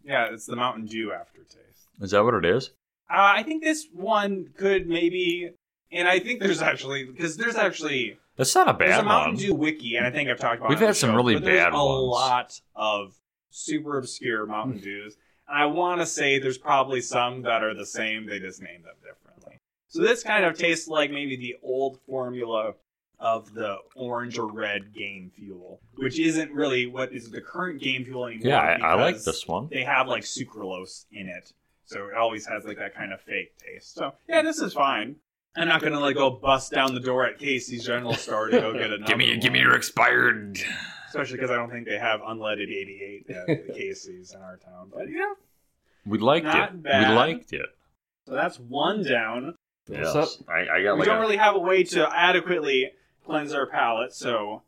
A: it's the Mountain Dew aftertaste.
B: Is that what it is?
A: Uh, I think this one could maybe, and I think there's actually because there's actually
B: That's not a bad
A: there's a Mountain
B: one.
A: Dew wiki, and I think I've talked about.
B: We've
A: it on
B: had
A: the
B: some
A: show,
B: really
A: but there's
B: bad
A: A
B: ones.
A: lot of super obscure Mountain Dews. And I want to say there's probably some that are the same. They just name them differently. So this kind of tastes like maybe the old formula of the orange or red game fuel, which isn't really what is the current game fuel anymore.
B: yeah, I, I like
A: because
B: this one.
A: They have like sucralose in it, so it always has like that kind of fake taste. So yeah, this is fine. I'm not gonna like go bust down the door at Casey's General Store to go get another.
B: Give me, give me
A: one.
B: your expired.
A: Especially because I don't think they have unleaded 88 at the Casey's in our town. But yeah,
B: We liked
A: Not
B: it.
A: bad.
B: We liked it.
A: so that's one down.
C: What's
B: Yes. I, I got
A: We
B: like a,
A: don't really have a way to adequately cleanse our palate, so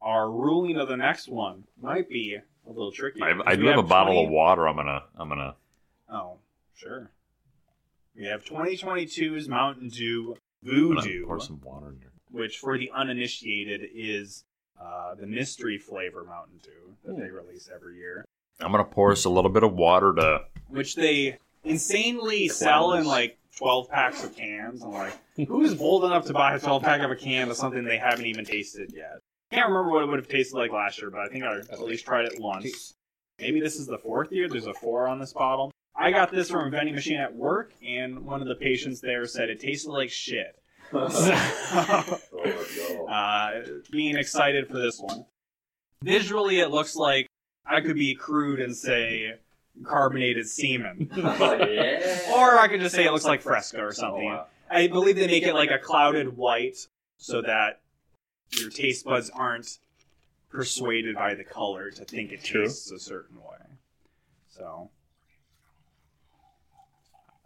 A: our ruling of the next one might be a little tricky.
B: I, I
A: We
B: do have a bottle
A: 20
B: of water. I'm gonna. I'm gonna.
A: Oh, sure. We have 2022's Mountain Dew
B: I'm gonna
A: Voodoo,
B: pour some water in here.
A: which for the uninitiated is uh, the mystery flavor Mountain Dew that they release every year,
B: I'm gonna pour us a little bit of water to.
A: which they insanely sell in
B: Cleanse.
A: like 12 packs of cans. I'm like, who's bold enough to buy a 12 pack of a can of something they haven't even tasted yet? Can't remember what it would have tasted like last year, but I think I at least tried it once. maybe this is the fourth year. There's a four on this bottle. I got this from a vending machine at work, and one of the patients there said it tasted like shit. So, Oh, uh, being excited for this one. Visually, it looks like I could be crude and say carbonated semen, or I could just say it looks like Fresca or something. I believe they make it like a clouded white so that your taste buds aren't persuaded by the color to think it
C: True.
A: tastes a certain way. So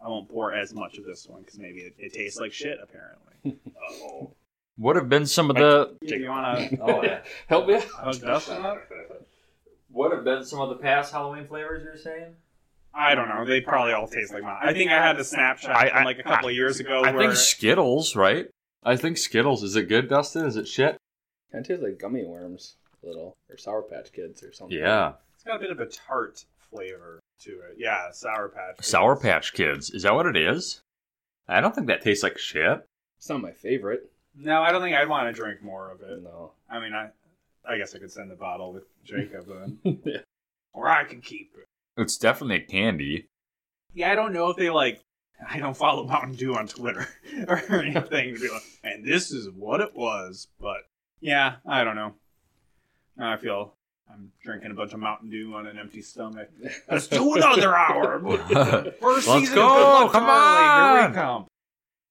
A: I won't pour as much of this one because maybe it, it tastes like shit. Apparently. oh
B: What have been some of the?
A: You want to
B: Oh yeah. Help me.
A: hug Dustin up?
B: What have been some of the past Halloween flavors you're saying?
A: I don't know. They probably all taste like mine. I think I had a snapshot
B: I- I-
A: from like a couple of years ago
B: I
A: where
B: think Skittles, right? I think Skittles. Is it good, Dustin? Is it shit?
D: Kind of tastes like gummy worms, a little, or Sour Patch Kids or something.
B: Yeah.
A: it's got a bit of a tart flavor to it. Yeah, sour patch.
B: Sour Patch Kids. Is that what it is? I don't think that tastes like shit.
D: It's not my favorite.
A: No, I don't think I'd want to drink more of it.
D: No.
A: I mean, I, I guess I could send the bottle with Jacob, and,
D: Yeah.
A: or I can keep it.
B: It's definitely a candy.
A: Yeah, I don't know if they like. I don't follow Mountain Dew on Twitter or anything. to be like, and this is what it was, but yeah, I don't know. Now I feel I'm drinking a bunch of Mountain Dew on an empty stomach. Let's do another hour.
B: I,
A: First
B: Let's
A: season. Of
B: go,
A: Good Luck
B: come
A: Charlie. Here
B: on.
A: we come.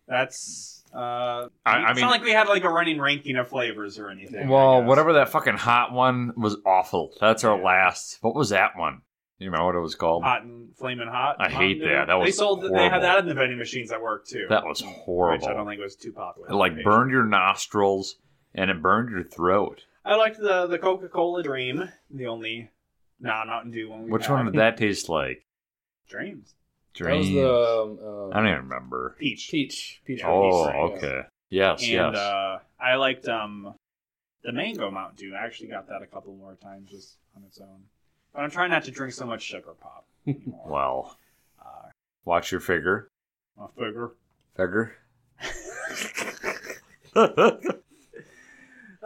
A: That's. Uh,
B: I
A: it's not
B: mean,
A: like we had like a running ranking of flavors or anything. I
B: well,
A: guess.
B: whatever that fucking hot one was awful. That's our last. What was that one? You remember what it was called?
A: hot and flaming hot.
B: I
A: Mountain
B: hate that.
A: Dew.
B: That
A: they
B: was
A: sold. They
B: horrible.
A: had that in the vending machines at work too.
B: That was
A: Which I don't
B: horrible.
A: think was too popular.
B: It like burned your nostrils and it burned your throat.
A: I liked the the Coca Cola Dream, the only non Mountain Dew one. We
B: Which
A: had.
B: one did that taste like?
A: Dreams.
D: That was
B: Dreams.
D: the um,
B: I don't even remember.
A: Peach.
D: peach. Peach.
B: Oh,
A: right,
D: yeah.
B: okay. Yes,
A: and
B: yes.
A: uh, I liked um the Mango Mountain Dew. I actually got that a couple more times just on its own. But I'm trying not to drink so much sugar pop. Anymore.
B: well,
A: uh,
B: watch your figure.
A: my figure.
B: Figure.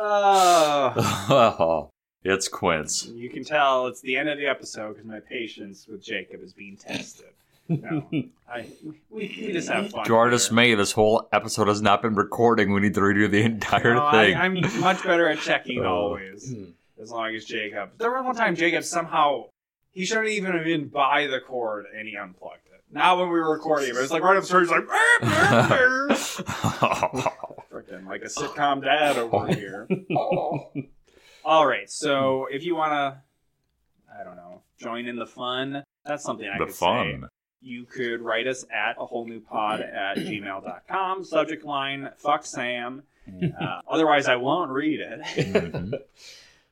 A: Oh.
B: it's Quince.
A: You can tell it's the end of the episode because my patience with Jacob is being tested. No, I, we, we just have fun.
B: To artist
A: here.
B: May, this whole episode has not been recording. We need to redo the entire
A: No,
B: thing.
A: I, I'm much better at checking
B: Oh.
A: always,
D: Mm.
A: as long as Jacob. There was one time Jacob somehow he shouldn't even have been by the cord and he unplugged it. Now when we were recording, it was like right up upstairs, like "Burp, burp, burp." Frickin' like a sitcom dad over here.
D: Hmm. Oh.
A: All right, so if you wanna, I don't know, join in the fun. That's something I
B: the
A: could say.
B: fun.
A: you could write us at a whole new pod at gmail.com subject line fuck sam uh, otherwise i won't read it
B: Mhm.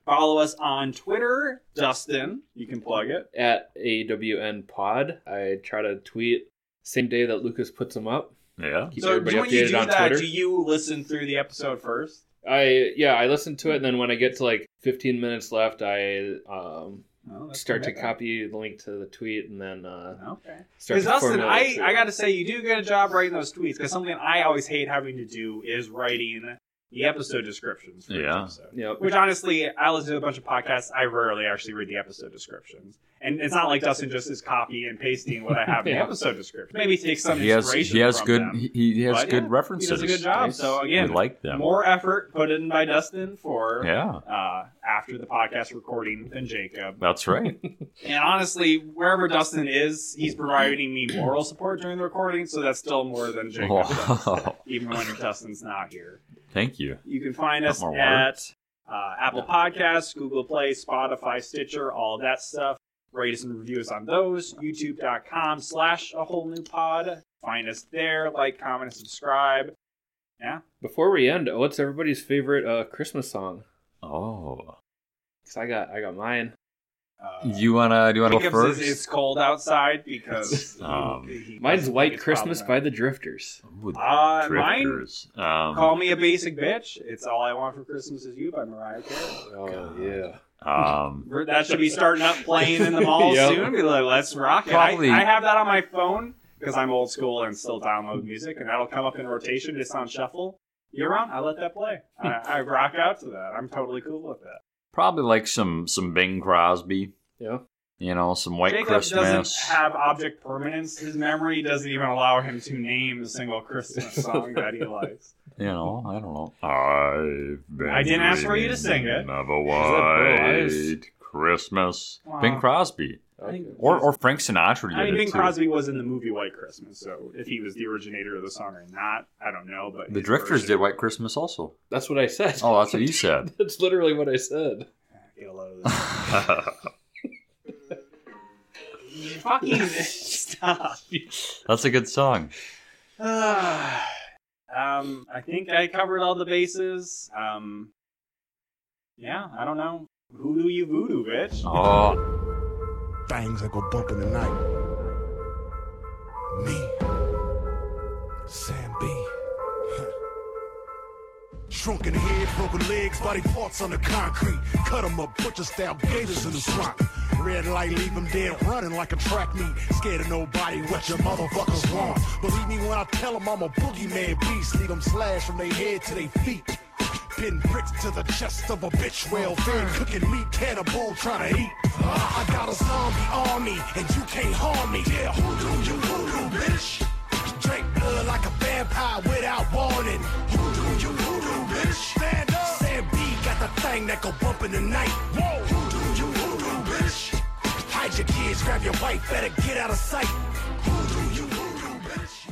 A: follow us on twitter dustin you can plug it
D: At AWN Pod, I try to tweet same day that Lucas puts them up.
B: Yeah.
D: Keep
A: so
D: everybody
A: when you
D: updated
A: do
D: on
A: that
D: Twitter.
A: do you listen through the episode first
D: I yeah, I listen to it, and then when I get to like 15 minutes left, I um,
A: Oh, that's
D: start to
A: commitment.
D: copy the link to the tweet, and then uh,
A: okay
D: start
A: because
D: to
A: dustin
D: formulate
A: i
D: it.
A: i gotta say you do a good job writing those tweets because something i always hate having to do is writing the episode descriptions for each
B: Yeah.
A: episode
D: Yep.
A: Which honestly, I listen to a bunch of podcasts. I rarely actually read the episode descriptions, and it's not like Dustin just is copy and pasting what I have in the
D: Yeah.
A: episode description. Maybe take some
B: He has
A: inspiration.
B: he has
A: from
B: good
A: them.
B: he, he has
A: But,
B: good
A: yeah, He
B: references.
A: does a good job.
D: Nice.
A: So
B: We
A: again,
B: like them.
A: more effort put in by Dustin for
B: yeah,
A: uh, after the podcast recording than Jacob.
B: that's right.
A: And honestly, wherever Dustin is, he's providing me moral support during the recording, so that's still more than Jacob. does,
B: wow.
A: even when Dustin's not here.
B: Thank you.
A: You can find
B: Got
A: us
B: more water?
A: at uh, Apple Podcasts, Google Play, Spotify, Stitcher, all that stuff. Rate us and review us on those. YouTube.com slash a whole new pod. Find us there. Like, comment, and subscribe.
D: Before we end, uh, what's everybody's favorite uh, Christmas song?
B: Oh,
D: Cause I got I got mine.
A: Uh,
B: you wanna do you wanna go
A: Jacob's is
B: first?
A: it's cold outside because
B: Um,
A: he- he
D: Mine's
A: doesn't
D: White
A: think it's
D: Christmas by
A: problematic.
D: the Drifters.
B: Ooh,
A: Uh, mine-
B: Drifters. Um,
A: Call Me a Basic Bitch. It's All I Want for Christmas Is You by Mariah Carey.
D: Oh
B: God.
D: yeah.
B: um,
A: We're- That should be starting up playing in the mall
D: Yep.
A: soon. Be like, let's rock it. I,
B: Probably.
A: I have that on my phone because I'm old school and still download music, and that'll come up in rotation. It's on shuffle year round. I let that play. I, I rock out to that. I'm totally cool with that.
B: probably like some some Bing Crosby.
D: Yeah.
B: You know, some White
A: Jacob
B: Christmas.
A: doesn't have object permanence. His memory doesn't even allow him to name a single Christmas song that he likes.
B: you know, I don't know. I've been
A: I didn't ask for you to
B: dreaming
A: sing it.
B: Of a
D: Bill Ives?
B: white Christmas.
A: Wow.
B: Bing Crosby
A: I think-
D: Okay.
B: or or Frank Sinatra did
A: I mean,
B: it
A: Bing
B: too.
A: Crosby was in the movie White Christmas, so if he was the originator of the song or not, I don't know. But
B: The
A: his
B: Drifters
A: version-
B: did White Christmas also.
D: That's what I said.
B: Oh, that's what you said.
D: That's literally what I said.
A: Get a load of this. Fucking stop.
B: that's a good song.
A: um, I think I covered all the bases. Um, yeah, I don't know. Hoodoo you voodoo, bitch.
B: Oh.
E: things that go bump in the night. Me, Sam B. Shrunken head, broken legs, body parts on the concrete. Cut 'em up, butcher style gators in the swamp. Red light, leave 'em dead, running like a track meet. Scared of nobody, what your motherfuckers want. Believe me when I tell 'em I'm a boogeyman beast. Leave 'em slash from their head to their feet. Pin bricks to the chest of a bitch well fed, cooking meat cannibal trying to eat. Uh, I got a zombie army and you can't harm me. Yeah, hoodoo, you hoodoo, bitch. Drink blood like a vampire without warning. Hoodoo, you hoodoo, bitch. Stand up. Sam B got the thing that go bump in the night. Whoa, hoodoo, you hoodoo, bitch. Hide your kids, grab your wife, better get out of sight. Hoodoo, you hoodoo, bitch.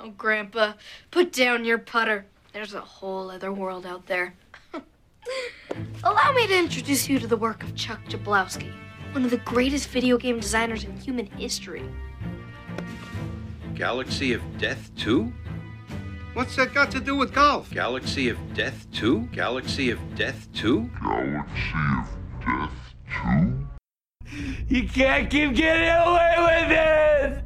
F: Oh, Grandpa, put down your putter. There's a whole other world out there. Allow me to introduce you to the work of Chuck Jablowski, one of the greatest video game designers in human history.
G: Galaxy of Death 2? What's that got to do with golf? Galaxy of Death 2? Galaxy of Death 2?
H: You can't keep getting away with it!